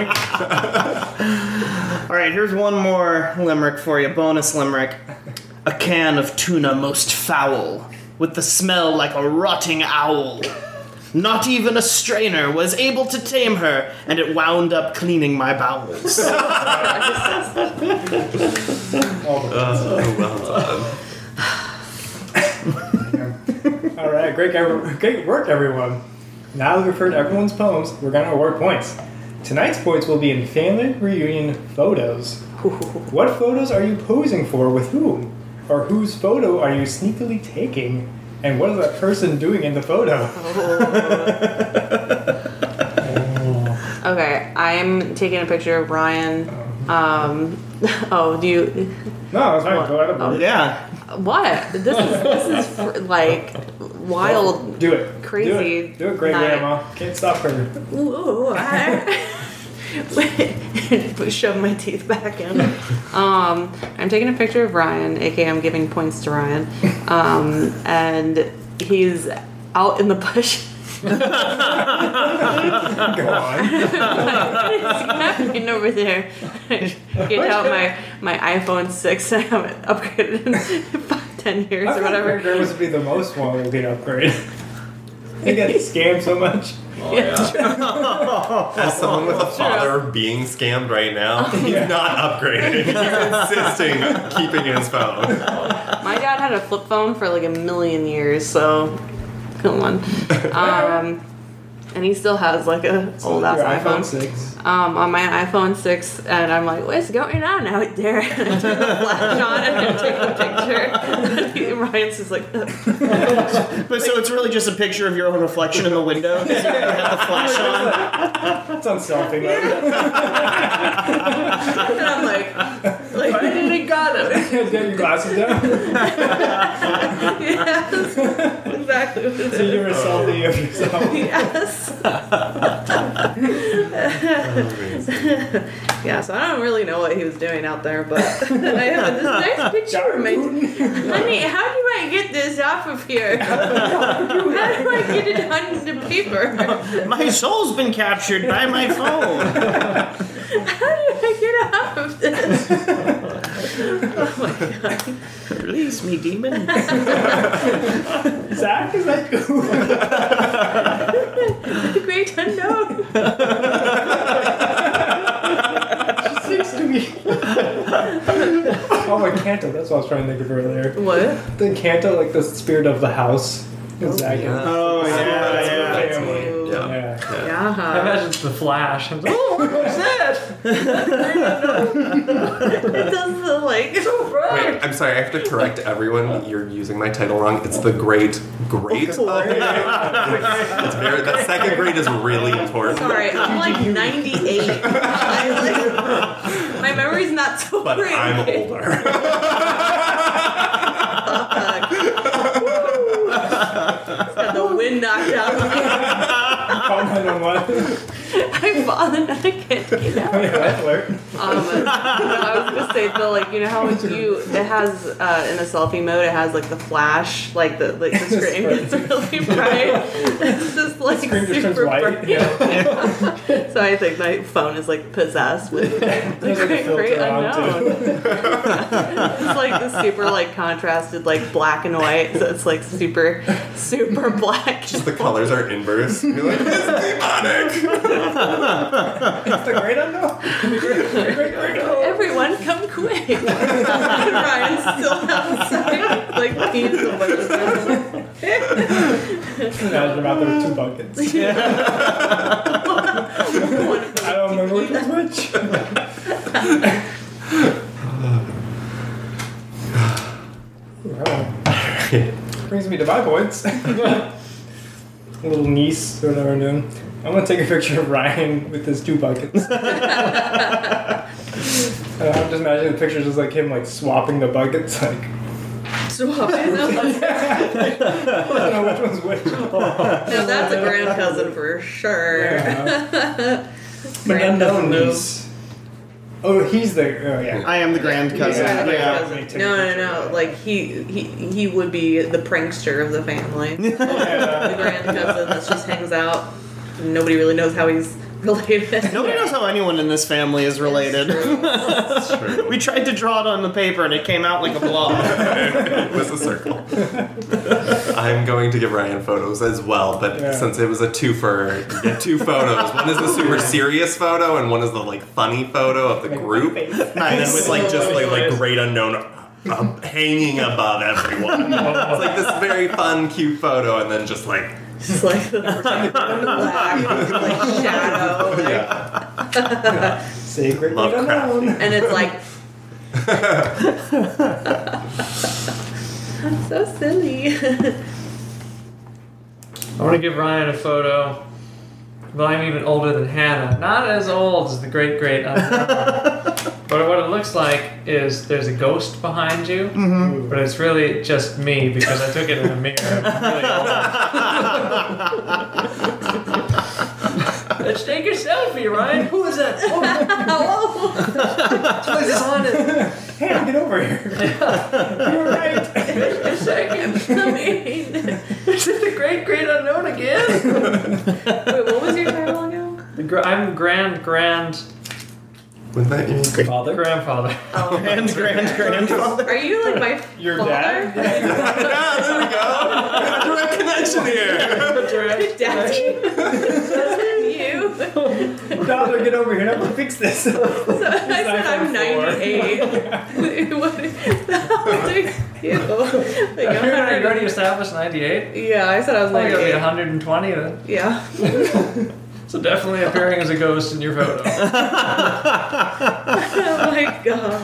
Speaker 3: All right, here's one more limerick for you. Bonus limerick. A can of tuna most foul, with the smell like a rotting owl. Not even a strainer was able to tame her, and it wound up cleaning my bowels.
Speaker 1: All the-
Speaker 4: Uh,
Speaker 5: Oh, well done.
Speaker 1: all right, great, guy- great work, everyone. Now that we've heard everyone's poems, we're gonna award points. Tonight's points will be in family reunion photos. What photos are you posing for with whom? Or whose photo are you sneakily taking? And what is that person doing in the photo?
Speaker 4: Okay, I'm taking a picture of Ryan. Um, oh, do you?
Speaker 1: No, it's fine. Go ahead.
Speaker 4: Um,
Speaker 1: and
Speaker 3: yeah.
Speaker 4: What? This is this is fr- like wild.
Speaker 1: Do it. Do
Speaker 4: Crazy
Speaker 1: it, Do it great,
Speaker 4: night.
Speaker 1: Grandma. Can't stop her.
Speaker 4: Ooh, I shove my teeth back in. Um, I'm taking a picture of Ryan, aka I'm giving points to Ryan, um, and he's out in the bush.
Speaker 1: Go on.
Speaker 4: happening over there. Get out my, my iPhone 6. I haven't upgraded in five, 10 years or whatever.
Speaker 1: There must be the most one will get upgraded. He got scammed so much.
Speaker 5: As someone with a father being scammed right now, he's not upgrading. He's insisting on keeping his phone.
Speaker 4: My dad had a flip phone for like a million years, so good one. Um, and he still has like a old ass
Speaker 1: Your
Speaker 4: iPhone.
Speaker 1: iPhone 6.
Speaker 4: Um, on my iPhone six, and I'm like, what's going on out there? And I turn the flash on and I take a picture. And Ryan's just like,
Speaker 3: But so it's really just a picture of your own reflection in the window. 'cause You have the flash on.
Speaker 1: That's unselfing. Yeah.
Speaker 4: and I'm like, like I didn't got him.
Speaker 1: Get your glasses down.
Speaker 4: yes, exactly. What it
Speaker 1: So
Speaker 4: is.
Speaker 1: you're a selfie of yourself.
Speaker 4: Yes. yeah, so I don't really know what he was doing out there, but I have this nice picture of my. Honey, how do I get this off of here? How do I get it onto paper? How
Speaker 3: My soul's been captured by my phone.
Speaker 4: do I get off of this? Oh
Speaker 3: Release me, demon.
Speaker 1: Zach, is that you?
Speaker 4: The great unknown.
Speaker 1: Six to me. oh, my Kanto. That's what I was trying to think of earlier.
Speaker 4: What?
Speaker 1: The Kanto, like the spirit of the house. Zach.
Speaker 5: Yeah.
Speaker 3: Oh
Speaker 1: yeah, yeah.
Speaker 4: Ooh.
Speaker 5: Yeah.
Speaker 1: Yeah.
Speaker 2: I
Speaker 4: Yeah.
Speaker 2: imagine it's the Flash. I'm like, oh, what's that?
Speaker 4: It does the like. So
Speaker 5: Wait, I'm sorry, I have to correct everyone. You're using my title wrong. It's the Great Great. It's very, that second grade is really important.
Speaker 4: Sorry, I'm like 98. I like, my memory's not so
Speaker 5: But
Speaker 4: great.
Speaker 5: I'm older.
Speaker 4: Got the wind knocked out of me.
Speaker 1: Call 911.
Speaker 4: I fallen and I can't get out.
Speaker 1: Alert.
Speaker 4: Um, no, I was gonna say Bill, like you know how when you it has uh, in the selfie mode it has like the flash, like the like the screen gets really bright. It's just like
Speaker 1: Screen just turns
Speaker 4: super bright.
Speaker 1: white. Yeah.
Speaker 4: So I think my phone is like possessed with the
Speaker 1: There's like a
Speaker 4: great, great
Speaker 1: filter on
Speaker 4: unknown.
Speaker 1: too.
Speaker 4: It's like the super like contrasted like black and white, so it's like super super black.
Speaker 5: the colors are inverse. You're like, it's demonic.
Speaker 1: It's the great unknown. The great, the great unknown.
Speaker 4: Everyone, come quick! And Ryan's still outside, like being the worst.
Speaker 1: Imagine about there were two buckets. I don't remember which was which. wow. Brings me to my points. Little niece, or whatever I'm doing. I'm gonna take a picture of Ryan with his two buckets. Uh, I'm just imagining the pictures just like him like swapping the buckets, like
Speaker 4: Swap. No,
Speaker 1: I don't know which one's which.
Speaker 4: that's a grand cousin for sure.
Speaker 1: Yeah. But unknown niece. Oh, he's there. Oh yeah.
Speaker 3: I am the grand cousin.
Speaker 4: Yeah,
Speaker 3: Yeah.
Speaker 4: grand
Speaker 1: yeah.
Speaker 4: cousin. No, no, no. Like he, he, he would be the prankster of the family. the
Speaker 1: Yeah.
Speaker 4: grand cousin that just hangs out. Nobody really knows how he's related.
Speaker 3: Nobody knows how anyone in this family is related. we tried to draw it on the paper and it came out like a blob.
Speaker 5: It was a circle. I'm going to give Ryan photos as well, but
Speaker 1: Yeah.
Speaker 5: since it was a twofer, you get two photos. One is the super serious photo, and one is the like funny photo of the group. And then with like just like like great unknown um, hanging above everyone. It's like this very fun, cute photo, and then just like
Speaker 4: Just like the black, like shadow, like-
Speaker 5: yeah,
Speaker 1: Sacred
Speaker 5: Love
Speaker 1: but
Speaker 5: crap.
Speaker 1: unknown.
Speaker 4: and it's like. so silly.
Speaker 2: I want to give Ryan a photo. Well, I'm even older than Hannah. Not as old as the great great unknown. but what it looks like is there's a ghost behind you, but it's really just me because I took it in a mirror. I'm really old. Let's take a selfie, Ryan. Who is that? Oh,
Speaker 4: Hello.
Speaker 2: what is on it?
Speaker 1: Hey, get over here. You're right.
Speaker 2: Just a second.
Speaker 4: I mean, oh, wait,
Speaker 2: Is it the great great unknown again?
Speaker 4: what was your title again?
Speaker 2: The gr- I'm grand grand
Speaker 5: would that you?
Speaker 1: Father.
Speaker 2: grandfather.
Speaker 3: Grand, grand, grandfather.
Speaker 4: Are you like my
Speaker 1: Your
Speaker 4: father?
Speaker 1: dad?
Speaker 5: Yeah, there we go. Direct connection here.
Speaker 2: Direct-
Speaker 4: Daddy? you? So
Speaker 1: Father, get over here. I'm gonna fix this.
Speaker 4: I said I'm
Speaker 1: iPhone four.
Speaker 4: 98. what? vehicle. like,
Speaker 2: You're already, you
Speaker 4: 100
Speaker 2: already established 98.
Speaker 4: yeah, I
Speaker 3: Oh
Speaker 4: said I was
Speaker 2: Probably
Speaker 4: like,
Speaker 2: gonna be
Speaker 4: eight.
Speaker 2: 120 then.
Speaker 4: yeah.
Speaker 2: So definitely appearing as a ghost in your photo.
Speaker 4: oh my god.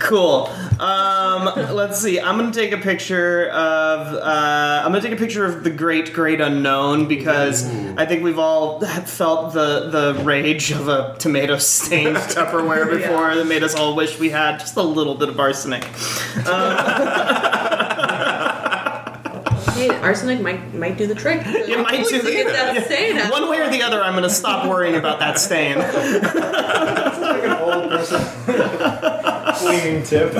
Speaker 3: Cool. Um, let's see. I'm gonna take a picture of. Uh, I'm gonna take a picture of the great, great unknown because I think we've all felt the the rage of a tomato stained Tupperware before that made us all wish we had just a little bit of arsenic.
Speaker 4: Hey, arsenic might might do the trick.
Speaker 3: It might do the-
Speaker 4: Look at that stain. out.
Speaker 3: One way or the other, I'm gonna stop worrying about that stain. Oh,
Speaker 1: like an old person. Flinging tip.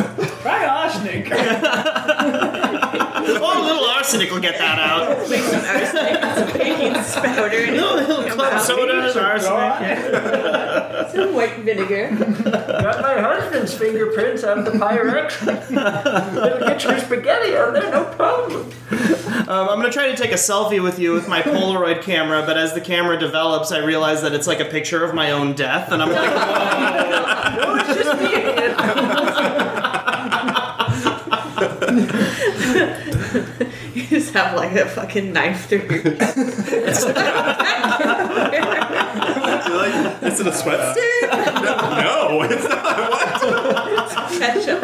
Speaker 2: Try arsenic.
Speaker 3: Oh, a little arsenic will get that out.
Speaker 4: Make some arsenic and some baking powder and
Speaker 3: A little club soda and arsenic.
Speaker 4: some white vinegar.
Speaker 2: Got my husband's fingerprints on the Pyrex. It'll get your spaghetti on there, no problem.
Speaker 3: Um, I'm gonna try to take a selfie with you with my Polaroid camera, but as the camera develops, I realize that it's like a picture of my own death, and I'm like,
Speaker 2: No, it's just me.
Speaker 4: You just have like a fucking knife through your
Speaker 5: You're like, is it a sweat stain? No, no, it's not. What?
Speaker 4: ketchup.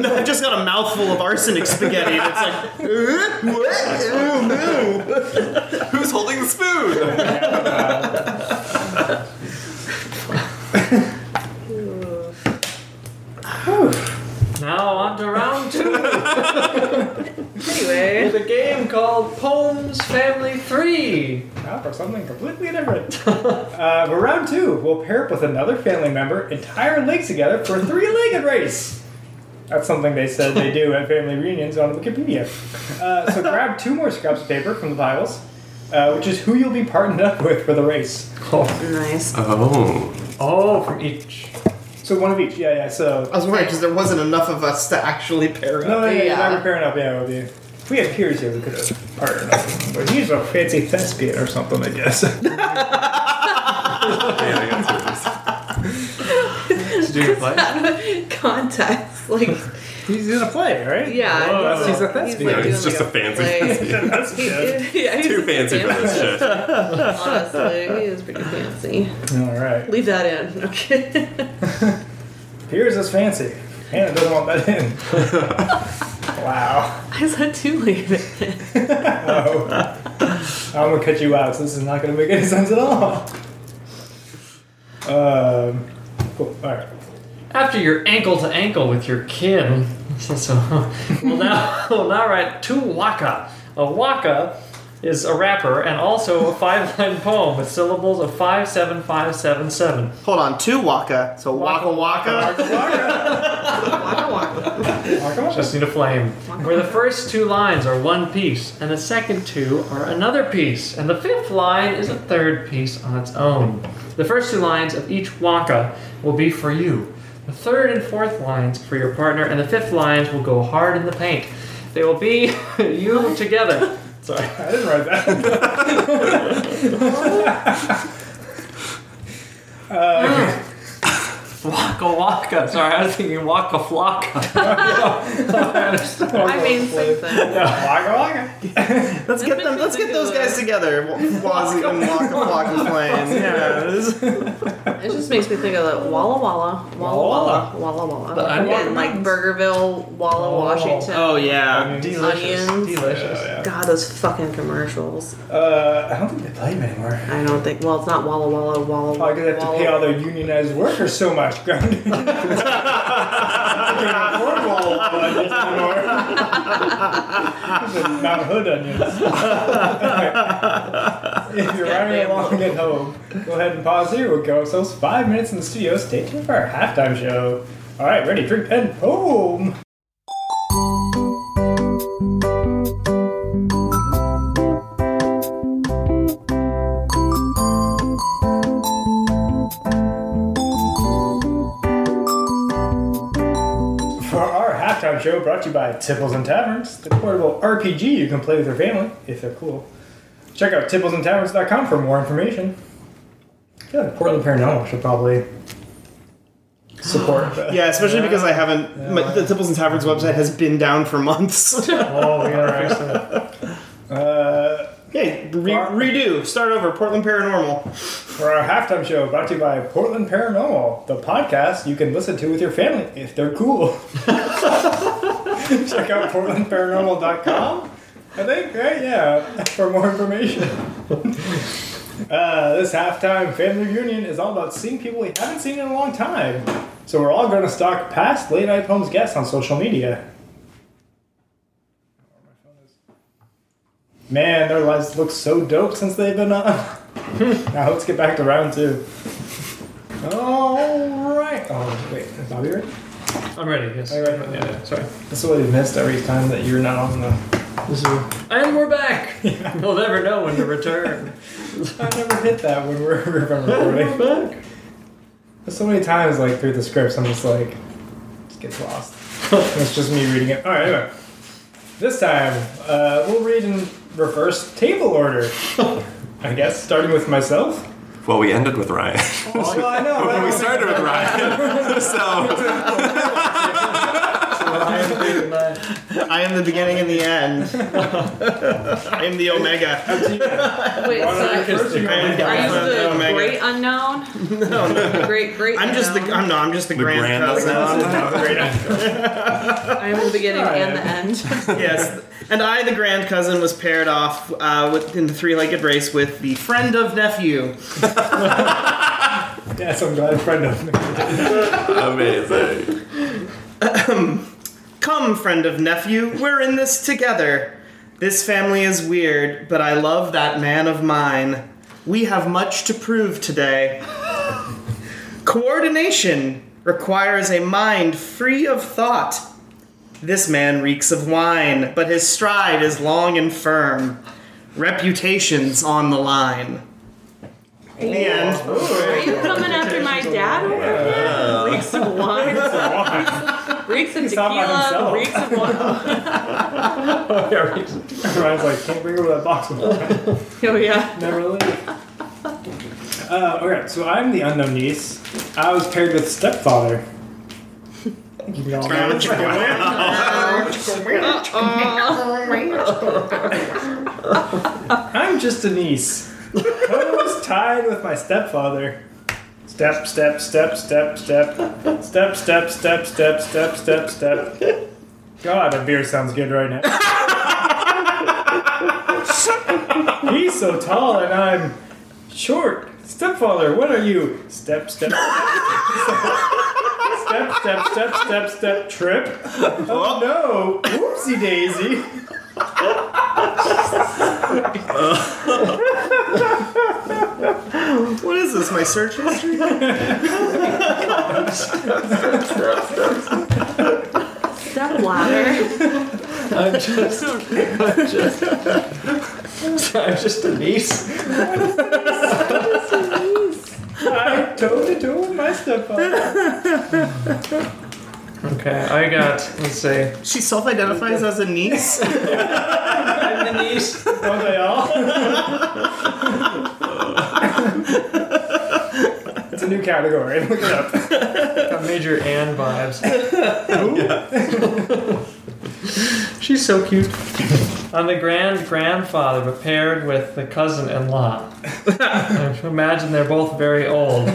Speaker 3: no, I've just got a mouthful of arsenic spaghetti. And it's like, "Uh, what? Oh, no."
Speaker 5: Who's holding the spoon?
Speaker 2: Now on to round two
Speaker 4: Anyway.
Speaker 2: with a game called Poems Family 3.
Speaker 1: Up or something completely different. uh, but round two, we'll pair up with another family member, entire league together for a three-legged race. That's something they said they do at family reunions on Wikipedia. Uh, so grab two more scraps of paper from the piles, uh, which is who you'll be partnered up with for the race.
Speaker 2: Oh,
Speaker 4: Nice.
Speaker 5: Oh.
Speaker 2: oh from each.
Speaker 1: So one of each. Yeah, yeah. So
Speaker 3: I was worried because there wasn't enough of us to actually pair
Speaker 1: no,
Speaker 3: up.
Speaker 1: no, yeah, yeah.
Speaker 6: Yeah.
Speaker 1: If I were pairing up, yeah, it would be. If we had peers here, we could have partnered up. But he's a fancy thespian or something, I guess.
Speaker 5: Yeah, I got serious. Did you do your play?
Speaker 4: Contacts. Like,
Speaker 1: he's in a play, right?
Speaker 4: yeah.
Speaker 1: Whoa,
Speaker 4: I know.
Speaker 1: he's a
Speaker 4: He's,
Speaker 1: thespian.
Speaker 4: like,
Speaker 5: Yeah, he's
Speaker 4: doing, like,
Speaker 5: just a fancy
Speaker 4: play.
Speaker 5: thespian.
Speaker 4: He- yeah, he's
Speaker 5: Too
Speaker 4: just a
Speaker 5: fancy for that shit.
Speaker 4: Honestly, he is pretty fancy.
Speaker 1: All right.
Speaker 4: Leave that in. Okay.
Speaker 1: Piers is fancy. Hannah doesn't want that in. wow.
Speaker 4: I said to leave it.
Speaker 1: Oh. I'm gonna cut you out, so this is not gonna make any sense at all. Um, cool. Alright.
Speaker 2: After you're ankle to ankle with your kin, so, so we'll now we'll now write two waka. A waka is a rapper and also a five-line poem with syllables of five, seven, five, seven, seven.
Speaker 3: Hold on, two waka. So waka waka.
Speaker 4: Waka waka.
Speaker 2: Just need a flame. Where the first two lines are one piece, and the second two are another piece, and the fifth line is a third piece on its own. The first two lines of each waka will be for you. The third and fourth lines for your partner, and the fifth lines will go hard in the paint. They will be you together. Sorry.
Speaker 1: I didn't write that.
Speaker 2: Waka waka. Sorry, I was thinking waka flocka.
Speaker 4: I mean, same thing.
Speaker 1: Waka waka.
Speaker 3: Let's get them. Let's get those guys together. Wazzy and waka waka playing. Yeah. this is-
Speaker 4: It just makes me think of like Walla Walla, Walla Walla, Walla Walla,
Speaker 2: The onion
Speaker 4: and like
Speaker 2: rings.
Speaker 4: Burgerville, Walla,
Speaker 2: Oh.
Speaker 4: Washington.
Speaker 3: Oh yeah.
Speaker 2: Delicious.
Speaker 4: Onions.
Speaker 2: Delicious.
Speaker 4: God, those fucking commercials.
Speaker 1: Uh, I don't think they play him anymore.
Speaker 4: I don't think. Well, it's not Walla Walla, Walla Walla.
Speaker 1: Probably because they have to pay all
Speaker 4: Walla.
Speaker 1: their unionized workers so much. Ground. They can't afford wall onions anymore. Just Mount Hood onions. if you're running along at home, go ahead and pause here. We'll go ourselves five minutes in the studio. Stay tuned for our halftime show. All right, ready, drink, and home. For our halftime show, brought to you by Tipples and Taverns, the portable RPG you can play with your family if they're cool. Check out tipplesandtaverns.com for more information. Yeah, Portland Paranormal should probably support.
Speaker 3: Yeah, especially because I haven't. My, the Tipples and Taverns website has been down for months.
Speaker 2: Oh, we gotta fix that.
Speaker 1: Uh,
Speaker 3: hey, re- redo, start over. Portland Paranormal.
Speaker 1: for our halftime show, brought to you by Portland Paranormal, the podcast you can listen to with your family if they're cool. Check out portlandparanormal.com. I think, right? Yeah, for more information. Uh, this halftime family reunion is all about seeing people we haven't seen in a long time. So we're all going to stalk past late night poems guests on social media. Man, their lives look so dope since they've been on. Now let's get back to round two. All right. Oh wait, is Bobby ready?
Speaker 2: I'm ready, yes.
Speaker 1: Are you ready?
Speaker 2: Yeah, yeah, sorry.
Speaker 1: That's what we missed every time that you're not on the.
Speaker 2: This is, and we're back! We'll never know when to return.
Speaker 1: I never hit that when we're we're from recording.
Speaker 2: We're back.
Speaker 1: so many times, like through the scripts, I'm just like, just gets lost. it's just me reading it. All right. Anyway, this time uh, we'll read in reverse table order. I guess starting with myself.
Speaker 5: Well, we ended with Ryan.
Speaker 1: Well, I know.
Speaker 5: when we started with Ryan. so,
Speaker 3: I am the beginning and the end. I am the Omega.
Speaker 6: Wait, so
Speaker 1: First, you
Speaker 3: I am the
Speaker 6: are
Speaker 3: Alpha
Speaker 6: you
Speaker 3: and the
Speaker 6: the
Speaker 3: Omega.
Speaker 6: great unknown? no, great, great.
Speaker 3: I'm just the.
Speaker 6: unknown?
Speaker 3: I'm no. I'm just the,
Speaker 5: the
Speaker 3: grand,
Speaker 5: grand
Speaker 3: cousin.
Speaker 6: I am the beginning
Speaker 1: Alright.
Speaker 6: and the end.
Speaker 3: yes, and I, the grand cousin, was paired off uh, with, in the three-legged race with the friend of nephew.
Speaker 1: Yes, I'm glad a friend of me.
Speaker 5: amazing.
Speaker 3: Come, friend of nephew, we're in this together. This family is weird, but I love that man of mine. We have much to prove today. Coordination requires a mind free of thought. This man reeks of wine, but his stride is long and firm. Reputation's on the line. In the end,
Speaker 6: Are you coming after my dad over here? Reeks of wine. Reeks of
Speaker 1: not by
Speaker 6: tequila.
Speaker 1: himself.
Speaker 6: Reeks of wine.
Speaker 1: Ryan's like, can't bring over that box. of wine."
Speaker 6: Oh, yeah.
Speaker 1: Never leave. Uh, okay, so I'm the unknown niece. I was paired with stepfather. No. I'm just a niece. I was tied with my stepfather. Step, step, step, step, step, step, step, step, step, step, step, step. God, a beer sounds good right now. He's so tall and I'm short. Stepfather, what are you? Step, step, step, step, step, step, step, trip. Oh no! Whoopsie daisy.
Speaker 3: what is this? My search history?
Speaker 6: Step ladder.
Speaker 2: I'm just. I'm just. I'm just a niece.
Speaker 1: I toe to toe with my stepfather.
Speaker 2: Okay, I got, let's see.
Speaker 3: She self-identifies as a niece.
Speaker 2: I'm the niece.
Speaker 1: Don't they all? it's a new category. Look it up.
Speaker 2: Got major Anne vibes. She's so cute. I'm the grand grandfather, but paired with the cousin in law. Imagine they're both very old.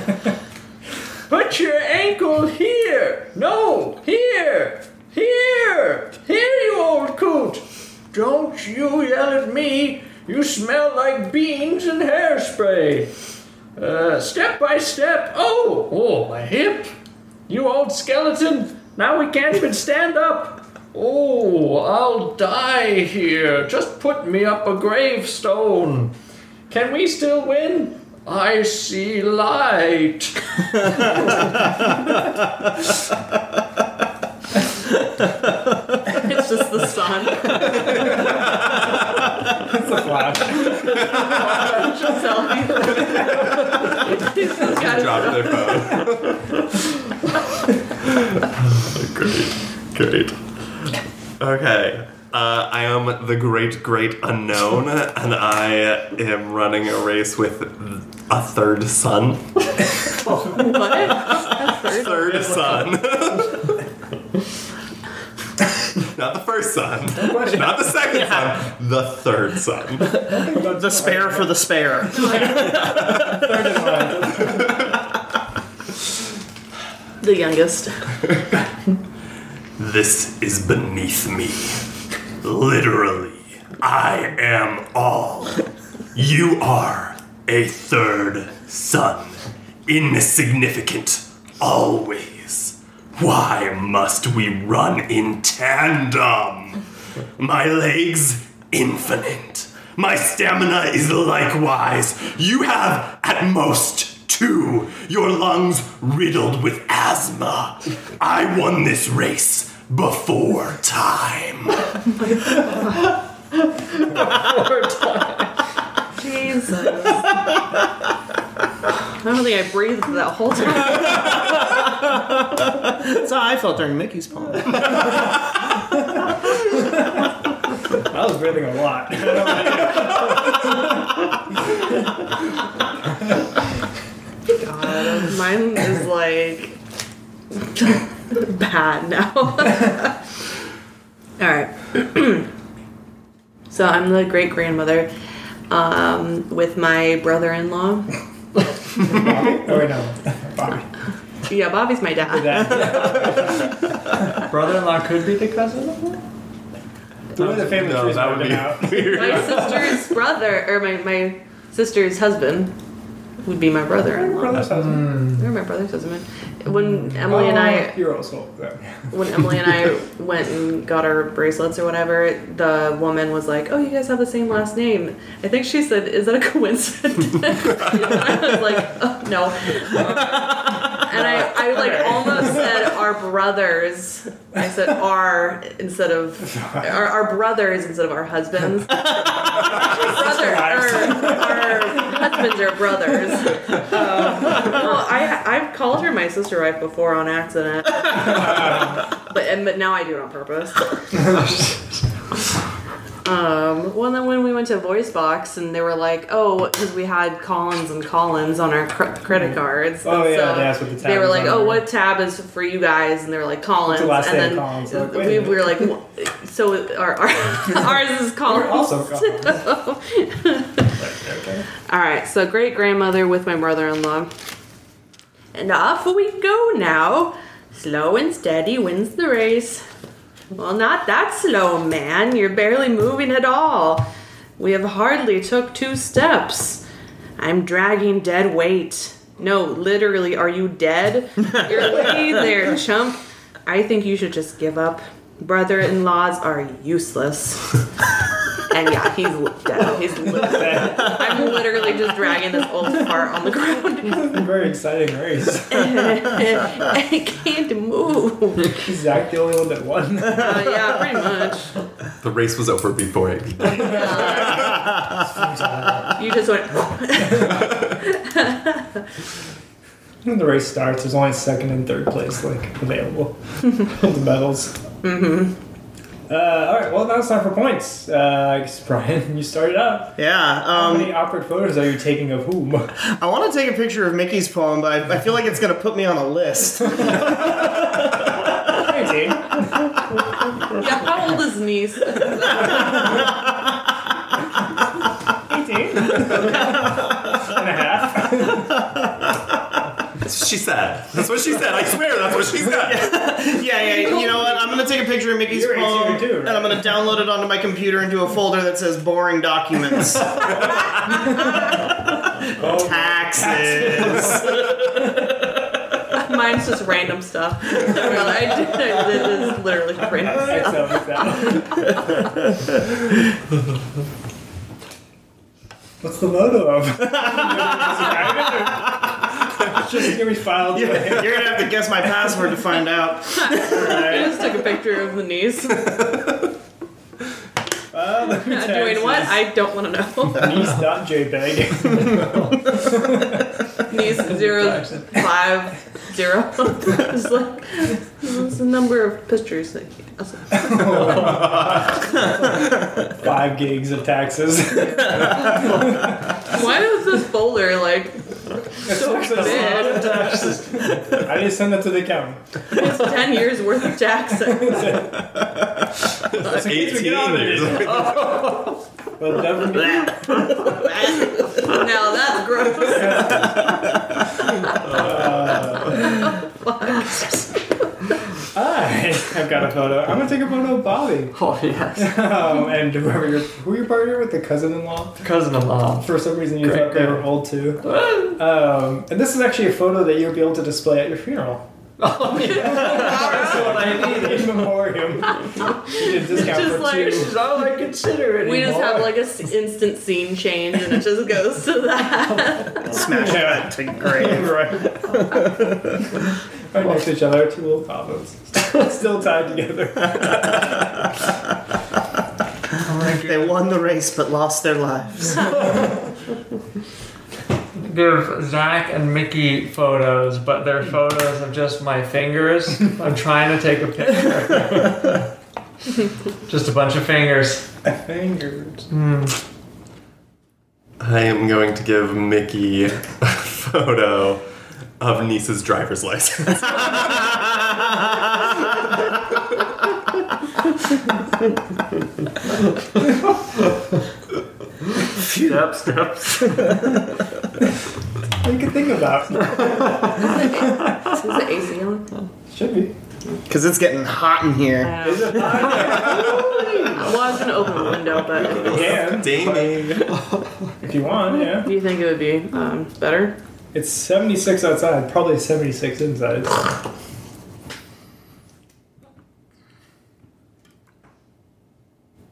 Speaker 2: Put your ankle here! No! Here! Here! Here, you old coot! Don't you yell at me! You smell like beans and hairspray! Uh, step by step. Oh, oh, my hip. You old skeleton. Now we can't even stand up. Oh, I'll die here. Just put me up a gravestone. Can we still win? I see light.
Speaker 6: It's just the sun.
Speaker 1: It's a flash.
Speaker 6: Selfie. He's just got his
Speaker 5: Drop their phone. great. Great. Okay. Uh, I am the great, great unknown, and I am running a race with a third son.
Speaker 6: butt.
Speaker 5: Third son. Not the first son. Not the second son. The third son.
Speaker 3: The spare for the spare.
Speaker 4: The youngest.
Speaker 5: This is beneath me. Literally, I am all. You are a third son. Insignificant, always. Why must we run in tandem? My legs, infinite. My stamina is likewise. You have at most two. Your lungs riddled with asthma. I won this race before time.
Speaker 4: Jesus. I don't think I breathed that whole time.
Speaker 3: That's how I felt during Mickey's poem.
Speaker 1: I was breathing a lot. Oh,
Speaker 4: God, mine is like bad now. All right. so I'm the great grandmother um, with my brother-in-law.
Speaker 1: oh, wait, no. Bobby.
Speaker 4: Yeah, Bobby's my dad.
Speaker 1: That.
Speaker 7: Brother-in-law could be the cousin.
Speaker 1: The way the family
Speaker 5: No,
Speaker 1: trees
Speaker 5: that
Speaker 1: worked
Speaker 5: would
Speaker 1: them out.
Speaker 4: My sister's brother, or my my sister's husband, would be my brother-in-law.
Speaker 1: Brother's husband.
Speaker 4: Or my brother's husband. When Emily and I
Speaker 1: Oh, You're also. yeah.
Speaker 4: when Emily and I went and got our bracelets or whatever, the woman was like, "Oh, you guys have the same last name." I think she said, "Is that a coincidence?" And I was like, oh, "No." And I, I like almost said our brothers. I said our instead of our, our brothers instead of our husbands. Brother, or, our husbands are brothers. Um, well, I I've called her my sister wife before on accident. But and but now I do it on purpose. um, well, then when we went to Voice Box and they were like, "Oh, because we had Collins and Collins on our cr- credit cards."
Speaker 1: Oh,
Speaker 4: and
Speaker 1: yeah, that's what the tab
Speaker 4: They were
Speaker 1: was
Speaker 4: like,
Speaker 1: on
Speaker 4: "Oh,
Speaker 1: there.
Speaker 4: what tab is for you guys?" And they were like, "Collins."
Speaker 1: the last
Speaker 4: and
Speaker 1: name,
Speaker 4: then
Speaker 1: Collins. They're like, wait a minute.
Speaker 4: we, were like, "Wha- "So our, our ours is Collins."
Speaker 1: We're also couples.
Speaker 4: All right, so great grandmother with my brother in law. And off we go now. Slow and steady wins the race. Well, not that slow, man. You're barely moving at all. We have hardly took two steps. I'm dragging dead weight. No, literally, are you dead? You're laying there, chump. I think you should just give up. Brother in laws are useless. And yeah, he's li- dead. He's li- I'm literally just dragging this old fart on the ground.
Speaker 1: Very exciting race.
Speaker 4: I can't move.
Speaker 1: Is Zach the only one that won?
Speaker 4: Uh, yeah, pretty much.
Speaker 5: The race was over before it began.
Speaker 4: You just went.
Speaker 1: When the race starts, there's only second and third place like available. the medals. Mm-hmm. Uh, all right. Well, now it's time for points. Uh, I guess Brian, you started out.
Speaker 3: Yeah.
Speaker 1: How
Speaker 3: Um,
Speaker 1: many awkward photos are you taking of whom?
Speaker 3: I want to take a picture of Mickey's poem, but I, I feel like it's going to put me on a list.
Speaker 1: Hey, team.
Speaker 4: Yeah, how old is niece?
Speaker 1: Hey, team. and a half.
Speaker 5: That's what she said. That's what she said. I swear, that's what she said.
Speaker 3: Yeah, yeah. You know what? I'm gonna take a picture of Mickey's
Speaker 1: You're
Speaker 3: poem,
Speaker 1: 18 too, right?
Speaker 3: and I'm gonna download it onto my computer into a folder that says "boring documents."
Speaker 1: Oh,
Speaker 3: Taxes.
Speaker 4: Mine's just random stuff. I did, I did this is literally random
Speaker 1: I
Speaker 4: stuff.
Speaker 1: accept that. What's the logo of? It's just gonna be filed.
Speaker 3: You're gonna have to guess my password to find out.
Speaker 4: I just took a picture of the niece
Speaker 1: Uh, let me tell
Speaker 4: doing
Speaker 1: you.
Speaker 4: what? I don't want to know.
Speaker 1: Niece.jpg.
Speaker 4: Niece zero five zero. It's like it's the number of pictures. That he does.
Speaker 1: Five gigs of taxes.
Speaker 4: Why is this folder like so
Speaker 1: That's a lot
Speaker 4: big?
Speaker 1: of taxes. I just send that to the county.
Speaker 4: It's ten years worth of taxes.
Speaker 1: Just in case we
Speaker 5: Eighteen
Speaker 1: get out of
Speaker 5: years.
Speaker 1: there. Well, definitely.
Speaker 4: Now that's gross.
Speaker 1: uh, Hi. I've got a photo. I'm gonna take a photo of Bobby.
Speaker 2: Oh yes,
Speaker 1: Um, and whoever you're, who you partner with, the cousin-in-law.
Speaker 2: cousin-in-law.
Speaker 1: For some reason, you
Speaker 2: Great,
Speaker 1: thought they were
Speaker 2: great.
Speaker 1: old too. Um, and this is actually a photo that you'll be able to display at your funeral.
Speaker 2: Oh yeah, that's what I needed.
Speaker 1: In memoriam. You did discount
Speaker 4: Just
Speaker 1: for
Speaker 4: like-
Speaker 1: two.
Speaker 2: It's all I consider
Speaker 4: We
Speaker 2: anymore.
Speaker 4: just have like a s- instant scene change, and it just goes to that.
Speaker 3: Smash
Speaker 1: Yeah.
Speaker 3: that to grave.
Speaker 1: right. right next to each other, two little coffins. Still tied together.
Speaker 3: They won the race but lost their lives.
Speaker 2: give Zach and Mickey photos, but they're photos of just my fingers. I'm trying to take a picture. just a bunch of fingers.
Speaker 1: Fingers.
Speaker 5: I am going to give Mickey a photo of niece's driver's license.
Speaker 2: Step, steps.
Speaker 1: What you can think about.
Speaker 4: Is the AC on?
Speaker 1: Should be.
Speaker 3: Because it's getting hot in here.
Speaker 1: Is it
Speaker 4: Well, I was gonna open the window, but
Speaker 1: Again,
Speaker 5: Damien.
Speaker 1: if you want, yeah.
Speaker 4: do you think it would be um, better?
Speaker 1: It's 76 outside, probably 76 inside.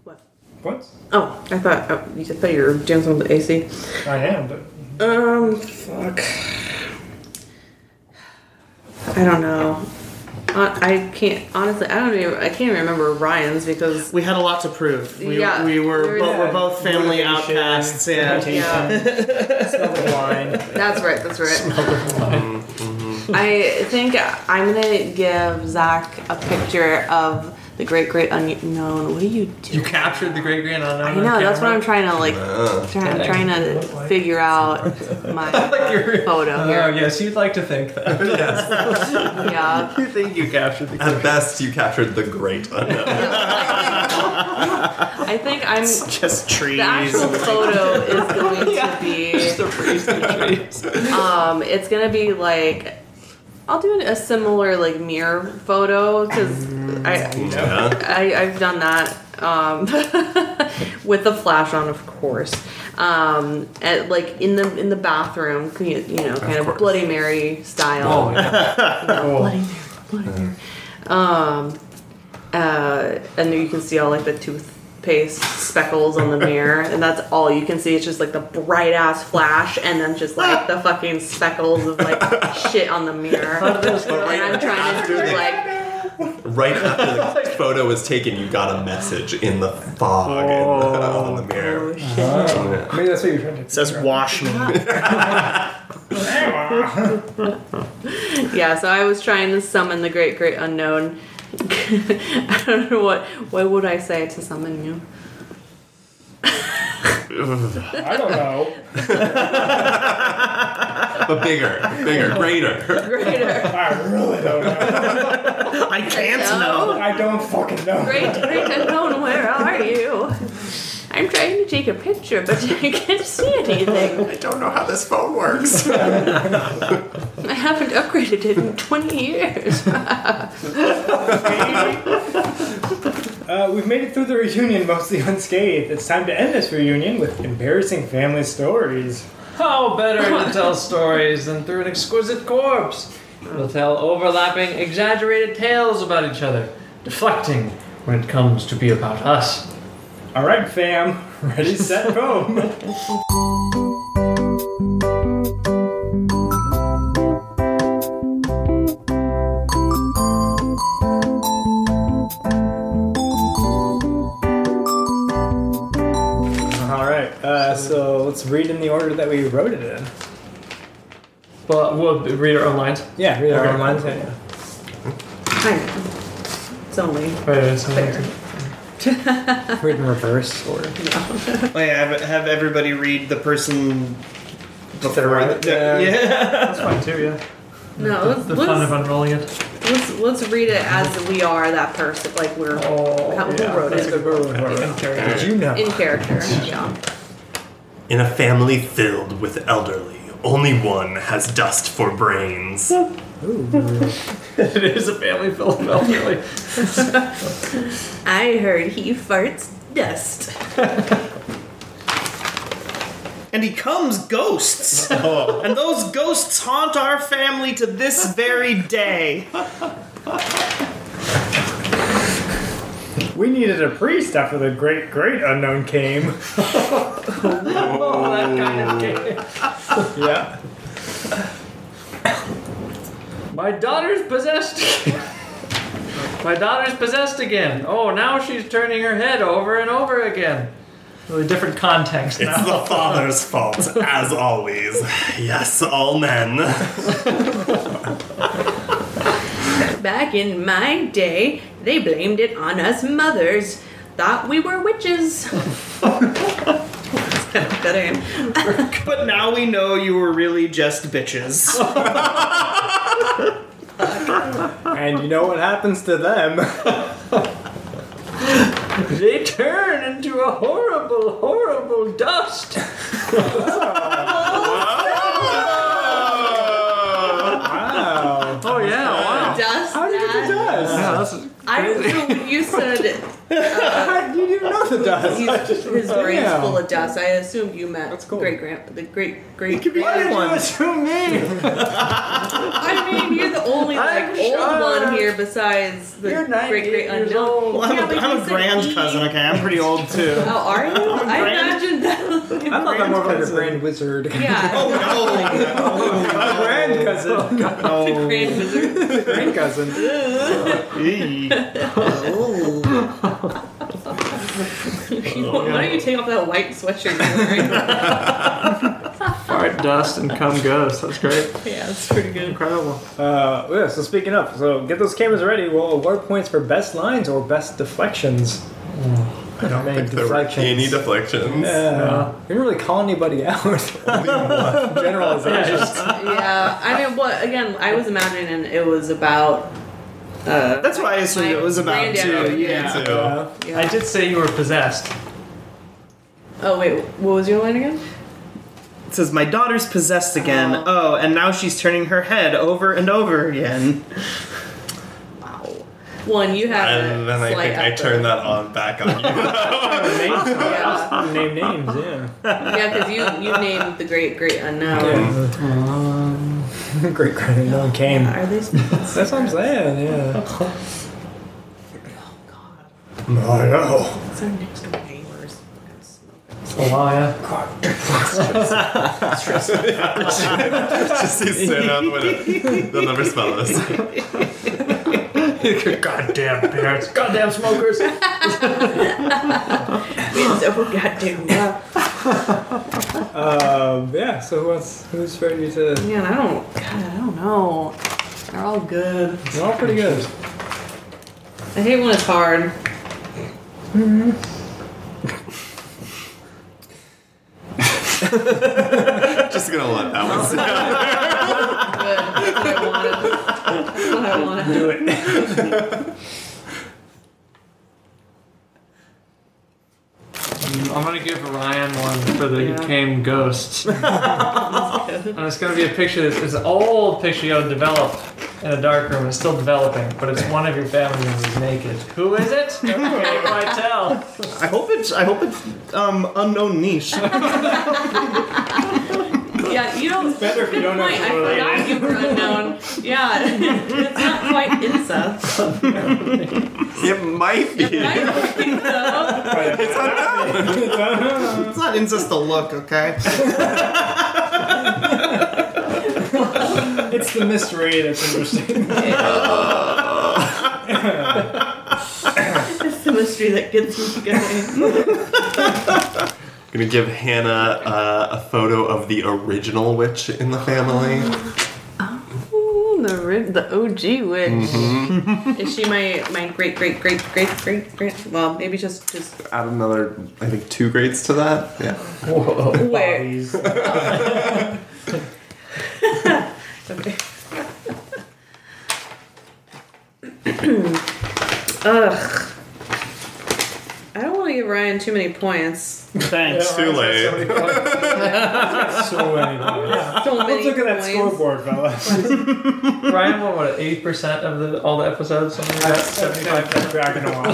Speaker 4: What?
Speaker 1: What?
Speaker 4: Oh, I thought oh, you I thought you were doing something with the AC.
Speaker 1: I am, but
Speaker 4: Um, fuck. I don't know. Hon- I can't honestly. I don't even. I can't remember Ryan's because
Speaker 3: We had a lot to prove. We,
Speaker 4: Yeah.
Speaker 3: we were,
Speaker 4: We were
Speaker 3: bo-
Speaker 4: the-
Speaker 3: we're both family
Speaker 1: Motivation,
Speaker 3: outcasts. Yeah.
Speaker 1: temptation, smell of wine.
Speaker 4: that's right. That's right. I think I'm gonna give Zach a picture of the great great unknown. What do you do?
Speaker 2: You captured the great grand unknown.
Speaker 4: I know. That's what I'm trying to like.
Speaker 5: Uh,
Speaker 4: Try, I'm trying to figure out my
Speaker 2: Like you're.
Speaker 4: photo
Speaker 2: Oh
Speaker 4: here.
Speaker 2: yes, you'd like to think that.
Speaker 5: yes.
Speaker 4: Yeah.
Speaker 2: You think you captured the.
Speaker 5: At best, you captured the great unknown.
Speaker 4: I think I'm.
Speaker 3: It's just trees.
Speaker 4: The actual photo is going to be.
Speaker 2: The raised trees.
Speaker 4: Um, it's gonna be like I'll do a similar like mirror photo because I,
Speaker 5: Yeah.
Speaker 4: I I've done that um, with the flash on, of course. Um, at, like in the in the bathroom, you you know, kind of,
Speaker 5: course.
Speaker 4: Bloody Mary style.
Speaker 2: Oh yeah.
Speaker 1: Oh,
Speaker 4: Bloody Mary, Bloody Mary. Um, uh, and you can see all like the toothpaste speckles on the mirror, and that's all you can see. It's just like the bright ass flash, and then just like the fucking speckles of like shit on the mirror.
Speaker 5: But
Speaker 4: And I'm
Speaker 5: right,
Speaker 4: trying to do like
Speaker 5: right after the photo was taken, you got a message in the fog in the, on the mirror.
Speaker 4: oh shit.
Speaker 5: Yeah.
Speaker 1: maybe that's what you're trying to
Speaker 3: It says wash me.
Speaker 1: Ah,
Speaker 4: Yeah, so I was trying to summon the great great unknown. I don't know what what would I say to summon you.
Speaker 1: I don't know.
Speaker 5: But bigger, bigger, greater.
Speaker 4: Greater,
Speaker 1: I really don't know.
Speaker 3: I can't know.
Speaker 1: I don't fucking know.
Speaker 4: great great unknown, where are you? I'm trying to take a picture, but I can't see anything.
Speaker 5: I don't know how this phone works.
Speaker 4: I haven't upgraded it in 20 years.
Speaker 1: Uh, we've made it through the reunion mostly unscathed. It's time to end this reunion with embarrassing family stories.
Speaker 2: How better to tell stories than through an exquisite corpse? They'll tell overlapping, exaggerated tales about each other, deflecting when it comes to be about us.
Speaker 1: All right, fam. Ready, set, boom. All right. Uh, so let's read in the order that we wrote it in.
Speaker 2: But we'll read our own lines.
Speaker 1: Yeah, read our own lines. Yeah,
Speaker 4: I know. It's only fair.
Speaker 1: yeah. Read in reverse or
Speaker 3: Wait, have, have everybody read the person
Speaker 1: Instead of
Speaker 3: before.
Speaker 1: right-
Speaker 3: the- yeah.
Speaker 2: That's fine too, yeah.
Speaker 4: No, let's,
Speaker 2: The fun of
Speaker 4: let's,
Speaker 2: unrolling it.
Speaker 4: let's, let's read it as we are that person. Like we're
Speaker 1: Oh,
Speaker 4: How- who
Speaker 1: yeah,
Speaker 4: wrote
Speaker 1: that's
Speaker 4: it?
Speaker 1: a good one.
Speaker 2: In character.
Speaker 1: Did you know?
Speaker 4: in character. Yeah.
Speaker 5: In a family filled with elderly, only one has dust for brains.
Speaker 1: Ooh.
Speaker 2: it is a family film, really.
Speaker 4: I heard he farts dust.
Speaker 3: and he comes ghosts.
Speaker 5: Oh.
Speaker 3: And those ghosts haunt our family to this very day.
Speaker 1: We needed a priest after the great, great unknown came.
Speaker 2: Oh, that kind of game.
Speaker 1: yeah.
Speaker 2: My daughter's possessed. My daughter's possessed again. Oh, now she's turning her head over and over again. Really different context
Speaker 5: It's
Speaker 2: now.
Speaker 5: the father's fault, as always. Yes, all men.
Speaker 4: Back in my day, they blamed it on us mothers. Thought we were witches. Better aim.
Speaker 3: But now we know you were really just bitches.
Speaker 1: And you know what happens to them?
Speaker 2: They turn into a horrible, horrible dust.
Speaker 1: Uh, Wow.
Speaker 2: Oh yeah, wow.
Speaker 4: Dust
Speaker 1: How did you get the
Speaker 4: that.
Speaker 1: dust?
Speaker 2: Yeah, this is
Speaker 4: I so you said
Speaker 1: How did you didn't know the dust?
Speaker 4: he's, his brain's
Speaker 1: Yeah.
Speaker 4: full of dust. I assumed you meant
Speaker 1: That's cool.
Speaker 4: great grand the great great.
Speaker 3: It could be
Speaker 1: Why did
Speaker 3: anyone.
Speaker 1: you assume me?
Speaker 4: I mean, you're the only like
Speaker 2: I'm
Speaker 4: old one
Speaker 2: shocked.
Speaker 4: here besides the
Speaker 2: You're
Speaker 4: great
Speaker 2: 98
Speaker 4: great
Speaker 2: years
Speaker 4: unknown.
Speaker 2: old.
Speaker 3: Well, I'm,
Speaker 4: Yeah,
Speaker 3: a,
Speaker 4: but
Speaker 3: I'm
Speaker 4: you
Speaker 3: a
Speaker 4: said
Speaker 3: grand
Speaker 4: he-
Speaker 3: cousin, okay? I'm pretty old too.
Speaker 4: Oh, are you? I
Speaker 3: grand-
Speaker 4: imagined that.
Speaker 1: I thought that more like a grand wizard.
Speaker 4: Yeah.
Speaker 3: Oh,
Speaker 1: A grand cousin.
Speaker 3: no. no.
Speaker 4: Grand wizard.
Speaker 1: A grand cousin.
Speaker 3: Eee.
Speaker 4: Why don't you take off that white sweatshirt you're wearing?
Speaker 2: fart dust and cum ghost. That's great.
Speaker 4: yeah, that's pretty good.
Speaker 2: Incredible.
Speaker 1: Uh, yeah, so speaking of, so get those cameras ready. We'll award points for best lines or best deflections. Hmm. I don't think
Speaker 5: There were any deflections.
Speaker 1: Yeah. You didn't really call anybody out. Generalization.
Speaker 4: Yeah, I mean, what again? I was imagining it was about. Uh,
Speaker 3: That's what I assumed it was about
Speaker 4: Granddad.
Speaker 3: too. Yeah.
Speaker 5: Too.
Speaker 1: Yeah.
Speaker 4: yeah.
Speaker 2: I did say you were possessed.
Speaker 4: Oh wait, what was your line again?
Speaker 3: It says my daughter's possessed again. Oh, and now she's turning her head over and over again.
Speaker 4: Wow. One, you have.
Speaker 5: And
Speaker 4: a
Speaker 5: then I
Speaker 4: slight
Speaker 5: think I
Speaker 4: effort.
Speaker 5: turned that on back on you.
Speaker 4: Yeah,
Speaker 1: Name names, yeah.
Speaker 4: because you you named the great great unknown.
Speaker 1: Great grand no one came.
Speaker 4: Are they? oh, That's
Speaker 1: That's what I'm saying, yeah.
Speaker 4: Oh God,
Speaker 5: I know.
Speaker 4: it's our next door neighbors. Fucking smoke.
Speaker 2: Oh wow, yeah.
Speaker 5: Just see staring out the window. They'll never smell us.
Speaker 2: Goddamn parents. Goddamn smokers.
Speaker 4: It's over goddamn well.
Speaker 1: Um, yeah, so who wants, who's ready to.
Speaker 4: Man, I don't. God, I don't know. They're all good.
Speaker 1: They're all pretty good.
Speaker 4: I hate when it's hard.
Speaker 5: Just gonna let that one sit.
Speaker 4: Good. That's what I wanted. That's what I wanted.
Speaker 1: Do it.
Speaker 2: Mm, I'm gonna give Ryan one for the
Speaker 4: Yeah.
Speaker 2: you came ghosts. and it's gonna be a picture that's it's an old picture you developed in a dark room. It's still developing, but it's one of your family members naked. Who is it? Everybody can't tell.
Speaker 3: I hope it's I hope it's um unknown niche.
Speaker 4: Yeah, you don't.
Speaker 1: Better if you
Speaker 4: Good
Speaker 1: don't
Speaker 4: point. I
Speaker 1: have to relate.
Speaker 4: forgot you were unknown. Yeah, it's not quite incest.
Speaker 5: It might be.
Speaker 4: I don't think so.
Speaker 5: It's unknown.
Speaker 3: It's not incest to look, okay?
Speaker 1: It's the mystery that's interesting.
Speaker 4: It's the mystery that gets me going.
Speaker 5: Gonna give Hannah uh, a photo of the original witch in the family.
Speaker 4: Ooh, the rib, the OG witch.
Speaker 1: Mm-hmm.
Speaker 4: Is she my my great great great great great great? Well, maybe just just
Speaker 5: Add another, I think, two grades to that. Yeah.
Speaker 2: Whoa.
Speaker 4: where.
Speaker 1: Bodies.
Speaker 4: Okay. Ugh. I don't want to give Ryan too many points.
Speaker 3: Thanks.
Speaker 5: Too late.
Speaker 1: So many points. so many points.
Speaker 4: So many
Speaker 1: Let's look at that
Speaker 4: points.
Speaker 1: scoreboard, fellas.
Speaker 2: Ryan won what eighty percent of the all the episodes. Something like that. Seventy-five.
Speaker 1: Seventy-five back in a while.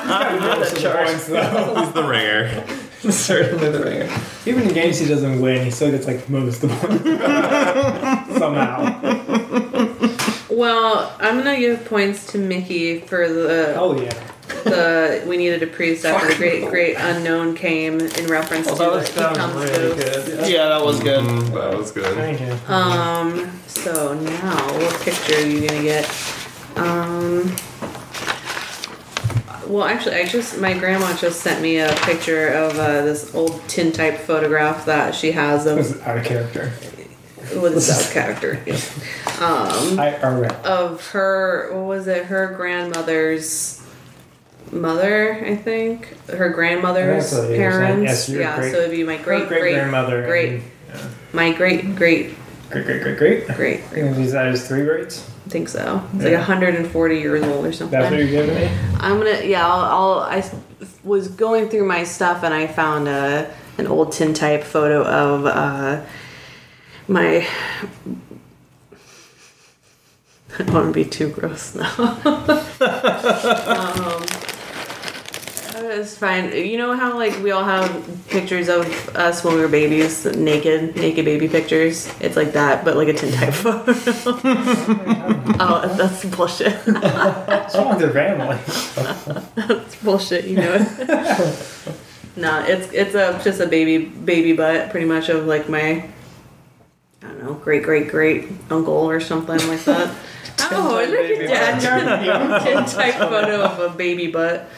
Speaker 1: He's gotta give us some
Speaker 2: Charge.
Speaker 1: points, though.
Speaker 5: He's the ringer.
Speaker 2: Certainly the ringer.
Speaker 1: Even in games he doesn't win, he still gets like most of the points somehow.
Speaker 4: Well, I'm gonna give points to Mickey for the
Speaker 1: Hell yeah!
Speaker 4: the we needed a priest after the great great unknown came in reference to
Speaker 2: Well, that
Speaker 4: the
Speaker 2: was, that was really
Speaker 4: Ecomscope.
Speaker 2: good.
Speaker 3: Yeah, that was good.
Speaker 5: Mm, that was good.
Speaker 1: Thank you.
Speaker 4: Um. So now, what picture are you gonna get? Um. Well, actually, I just my grandma just sent me a picture of uh, this old tintype photograph that she has
Speaker 1: That
Speaker 4: of
Speaker 1: was out of character.
Speaker 4: with South character. Um,
Speaker 1: I oh, alright.
Speaker 4: of her, what was it? Her grandmother's mother, I think. Her grandmother's
Speaker 1: That's what it is,
Speaker 4: parents.
Speaker 1: yes, your
Speaker 4: yeah,
Speaker 1: great-
Speaker 4: so it'd be my great great
Speaker 1: grandmother.
Speaker 4: Great, my great great
Speaker 1: Great, great, great, great.
Speaker 4: great.
Speaker 1: I think these that is three rates.
Speaker 4: I think so. It's
Speaker 1: Yeah.
Speaker 4: like 140 years old or something.
Speaker 1: That's what you're giving me.
Speaker 4: I'm gonna yeah. I'll, I'll I s- was going through my stuff and I found a an old tintype photo of uh, my. I don't want to be too gross now. um, it's fine. You know how like we all have pictures of us when we were babies, naked, naked baby pictures. It's like that, but like a tintype photo. oh, that's bullshit.
Speaker 1: Someone's a family.
Speaker 4: bullshit, you know. nah, it's it's a just a baby baby butt, pretty much of like my I don't know, great great great uncle or something like that. oh,
Speaker 2: Tin-type
Speaker 4: look
Speaker 2: baby
Speaker 4: at that tin type photo of a baby butt.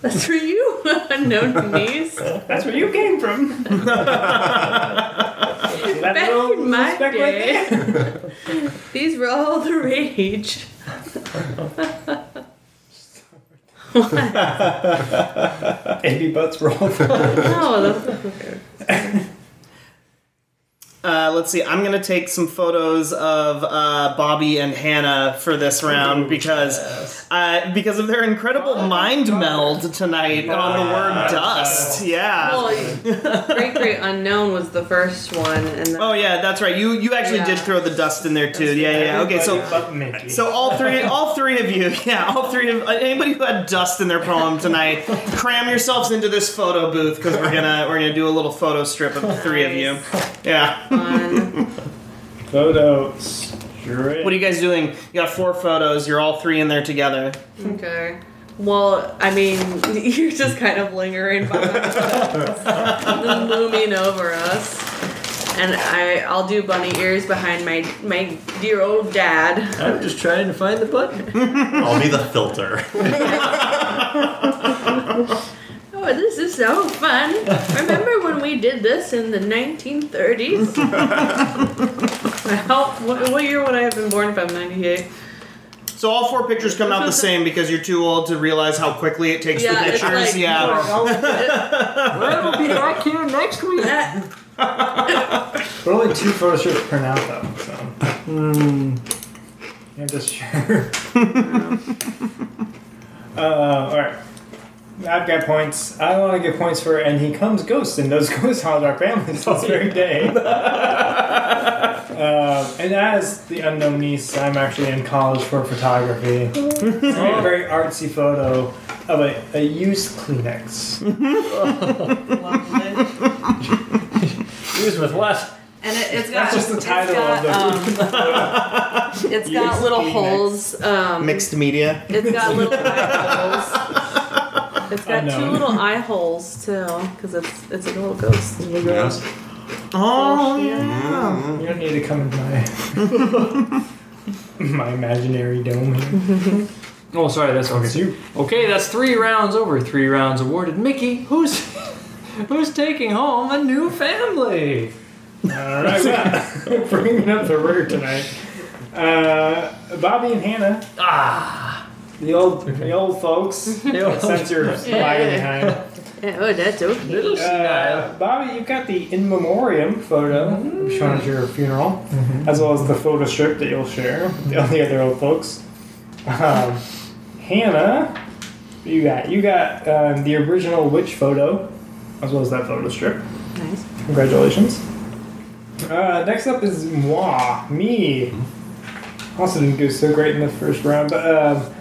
Speaker 4: That's for you, unknown niece.
Speaker 1: That's where you came from. that
Speaker 4: Back
Speaker 1: little
Speaker 4: in my
Speaker 1: respect right
Speaker 4: day,
Speaker 1: there.
Speaker 4: these were all the rage. what?
Speaker 1: Baby butts roll.
Speaker 4: No, that's okay.
Speaker 3: Uh, let's see. I'm gonna take some photos of uh, Bobby and Hannah for this round because uh, because of their incredible
Speaker 4: Oh,
Speaker 3: mind meld tonight on the word dust. Yeah.
Speaker 4: Well, Great Great Unknown was the first one, and then
Speaker 3: Oh yeah, that's right. You you actually did
Speaker 4: Yeah.
Speaker 3: throw the dust in there too. Yeah yeah. Okay so.
Speaker 1: But Mickey.
Speaker 3: So all three, all three of you, yeah, all three of anybody who had dust in their poem tonight, cram yourselves into this photo booth because we're gonna we're gonna do a little photo strip of the three of you. Yeah.
Speaker 4: one.
Speaker 1: photo strip.
Speaker 3: What are you guys doing? You got four photos. You're all three in there together.
Speaker 4: Okay. Well, I mean, you're just kind of lingering behind us, looming over us. And I, I'll do bunny ears behind my my dear old dad.
Speaker 2: I'm just trying to find the button.
Speaker 5: I'll be the filter.
Speaker 4: Oh, this is so fun! Remember when we did this in the 1930s? How, what, what year would I have been born if I'm 98?
Speaker 3: So all four pictures come out the same because you're too old to realize how quickly it takes
Speaker 4: Yeah,
Speaker 3: the
Speaker 4: it's
Speaker 3: pictures.
Speaker 4: like-
Speaker 3: yeah.
Speaker 2: Ryan will be back here next week.
Speaker 1: But only two photo strips print out though. So. Hmm. I'm just sure. uh, all right. I've got points. I want to get points for, and he comes ghost, and those ghosts haunt our families this very day. uh, and as the unknown niece, I'm actually in college for photography. It's gonna be a very artsy photo of a, a used Kleenex.
Speaker 4: Lovely.
Speaker 2: Who's with what?
Speaker 4: And it, it's got
Speaker 1: That's just the title
Speaker 4: it's
Speaker 1: of
Speaker 4: got,
Speaker 1: the-
Speaker 4: um, It's got
Speaker 1: Yes,
Speaker 4: little
Speaker 1: Kleenex.
Speaker 4: holes. Um,
Speaker 3: Mixed media.
Speaker 4: It's got little eye holes. It's got two
Speaker 1: Unknown.
Speaker 4: little eye holes too, because it's it's a little ghost.
Speaker 5: Yes.
Speaker 3: Oh
Speaker 5: Mm.
Speaker 1: You don't need to come in my my imaginary dome. here.
Speaker 2: Oh, sorry, that's
Speaker 1: It's
Speaker 2: okay.
Speaker 1: you.
Speaker 2: Okay, that's three rounds over. Three rounds awarded. Mickey, who's who's taking home a new family?
Speaker 1: All right, well, bringing up the rear tonight. Uh, Bobby and Hannah,
Speaker 2: Ah,
Speaker 1: the old the old folks.
Speaker 2: little
Speaker 1: Since you're lagging behind,
Speaker 4: Yeah, oh, that's okay.
Speaker 2: senile.
Speaker 1: uh, Bobby, you've got the in memoriam photo Mm-hmm. shown at your funeral, as well as the photo strip that you'll share with all the other old folks. Um, Hannah, what you got you got um, the original witch photo, as well as that photo strip.
Speaker 4: Nice.
Speaker 1: Congratulations. Uh, next up is moi, me. Also didn't do so great in the first round, but um,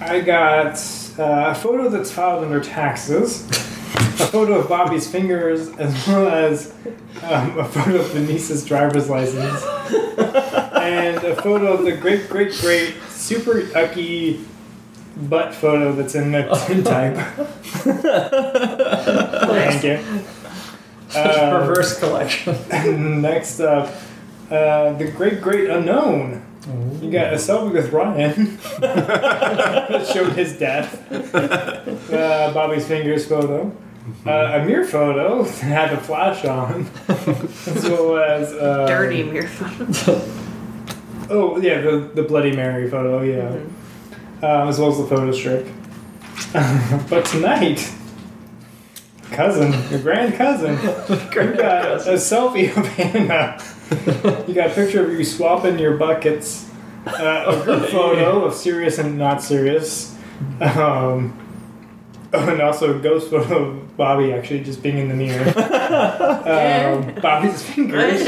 Speaker 1: I got uh, a photo that's filed under taxes, a photo of Bobby's fingers, as well as um, a photo of Denise's driver's license, and a photo of the great, great, great, super yucky butt photo that's in the type. Thank you.
Speaker 2: Such
Speaker 1: Um,
Speaker 2: perverse collection.
Speaker 1: Next up, uh, the great great unknown. You got a selfie with Ryan that showed his death. Uh, Bobby's fingers photo. Uh, a mirror photo that had the flash on, as well as uh,
Speaker 4: Dirty mirror photo.
Speaker 1: Oh yeah, the the Bloody Mary photo, yeah, uh, as well as the photo strip. but tonight, cousin, your grand cousin, you got a selfie of Hannah. you got a picture of you swapping your buckets. Uh, a group photo of serious and not serious. Um, oh, and also a ghost photo of Bobby actually just being in the mirror. um, Bobby's fingers.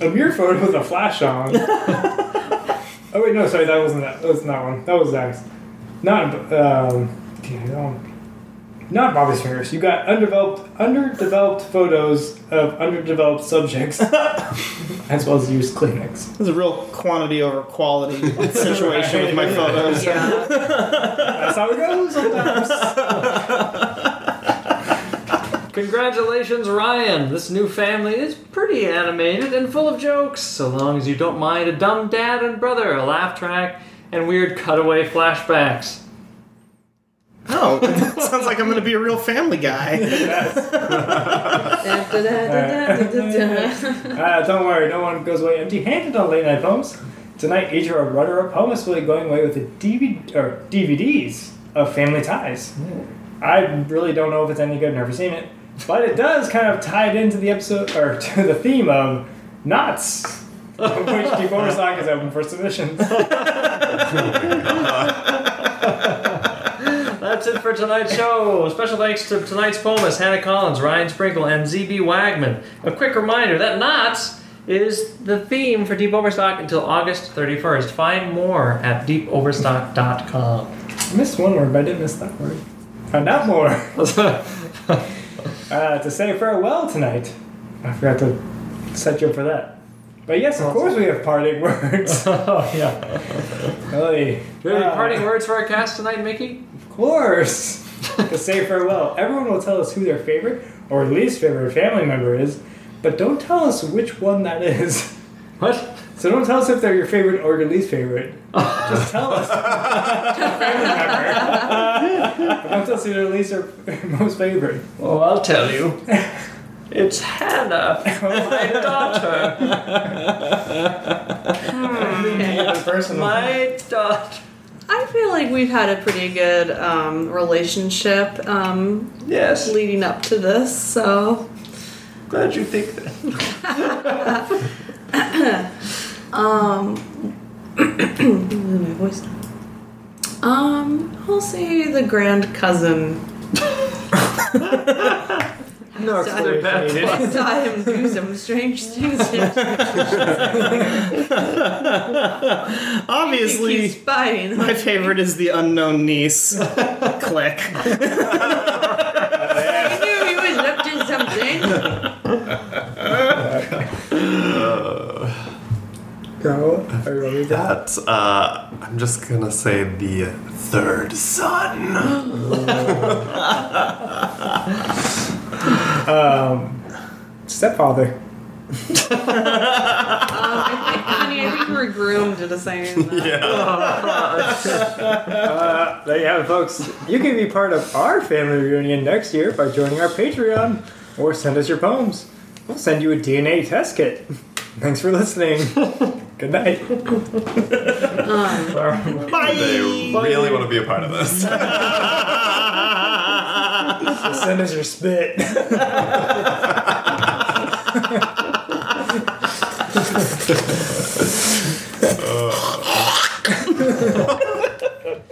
Speaker 1: A mirror photo with a flash on. Oh wait, no, sorry, that wasn't that. That wasn't that one. That was Zach's. Not um, damn, that one. not Bobby's fingers. You got underdeveloped, underdeveloped photos of underdeveloped subjects, as well as used Kleenex.
Speaker 3: There's a real quantity over quality situation with my photos.
Speaker 4: Yeah.
Speaker 1: That's how it goes sometimes.
Speaker 2: Congratulations, Ryan! This new family is pretty animated and full of jokes, so long as you don't mind a dumb dad and brother, a laugh track, and weird cutaway flashbacks.
Speaker 3: Oh, it sounds like I'm going to be a real family guy.
Speaker 4: Da-da-da-da-da-da-da.
Speaker 1: Ah, don't worry, no one goes away empty-handed on late night poems. Tonight, Adria Rudder up poems will be going away with a DVD or DVDs of Family Ties. I really don't know if it's any good. Never seen it, but it does kind of tie it into the episode or to the theme of knots, which Deborah Sock is open for submissions.
Speaker 2: That's it for tonight's show. Special thanks to tonight's poemist Hannah Collins, Ryan Sprinkle, and ZB Wagman. A quick reminder that Knots is the theme for Deep Overstock until August 31st. Find more at deepoverstock.com.
Speaker 1: I missed one word, but I didn't miss that word. Found out more.
Speaker 2: Oh,
Speaker 1: uh, to say farewell tonight. I forgot to set you up for that. But yes, of course we have parting words.
Speaker 2: oh, yeah.
Speaker 1: Really?
Speaker 2: Do you have any
Speaker 1: Uh,
Speaker 2: parting words for our cast tonight, Mickey?
Speaker 1: Of course. to say farewell. Everyone will tell us who their favorite or least favorite family member is, but don't tell us which one that is.
Speaker 2: What?
Speaker 1: So don't tell us if they're your favorite or your least favorite. Just tell us. family member. But don't tell us who their least or most favorite.
Speaker 2: Oh, I'll tell you. It's Hannah, my daughter.
Speaker 1: Another person.
Speaker 2: My daughter.
Speaker 4: I feel like we've had a pretty good um, relationship um,
Speaker 2: Yes.
Speaker 4: leading up to this, so.
Speaker 2: Glad you think that.
Speaker 4: Um, my voice. Um, I'll say the grand cousin.
Speaker 2: No,
Speaker 4: So
Speaker 2: clear that.
Speaker 4: I saw him do some strange things. I think
Speaker 3: Obviously,
Speaker 4: he's spying.
Speaker 3: my favorite is the unknown niece. Click.
Speaker 4: I knew he was up to something.
Speaker 1: Go. I really got
Speaker 5: That, uh, I'm just gonna say the third son.
Speaker 1: um, stepfather.
Speaker 4: Um, I think, honey, I think we're groomed into saying that.
Speaker 1: Uh, there you have it, folks. You can be part of our family reunion next year by joining our Patreon or send us your poems. We'll send you a DNA test kit. Thanks for listening. Good night.
Speaker 5: They really want to be a part of this.
Speaker 1: send us your spit.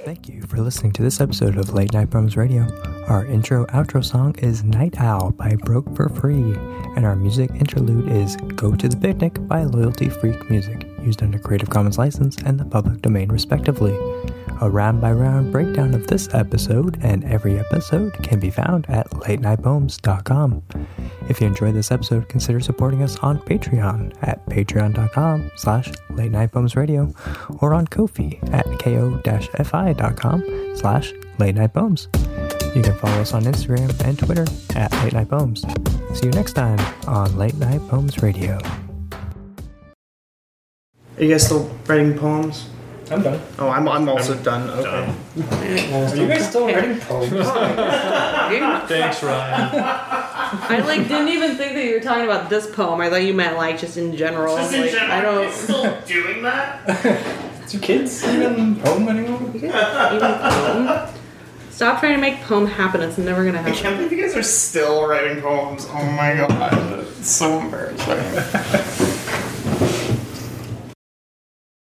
Speaker 8: Thank you for listening to this episode of Late Night Bones Radio. Our intro outro song is Night Owl by Broke for Free, and our music interlude is Go to the Picnic by Loyalty Freak Music, used under Creative Commons license and the public domain respectively. A round by round breakdown of this episode and every episode can be found at latenightbones.com. If you enjoyed this episode, consider supporting us on Patreon at patreon.com slash late night bombs radio or on Kofi at ko-fi.com slash late night bombs. You can follow us on Instagram and Twitter at late night bombs. See you next time on Late Night Bombs Radio.
Speaker 3: Are you guys still writing poems?
Speaker 1: I'm done.
Speaker 3: Oh, I'm, I'm also done. Okay.
Speaker 1: Are you guys still writing poems?
Speaker 2: Thanks, Ryan.
Speaker 4: I like didn't even think that you were talking about this poem. I thought you meant like just in general. Like, I don't
Speaker 3: still doing that?
Speaker 1: Do kids even poem anymore?
Speaker 4: even poem. Stop trying to make poem happen. It's never gonna
Speaker 3: I
Speaker 4: happen.
Speaker 3: can't believe you guys are still writing poems. Oh my god. It's so embarrassing.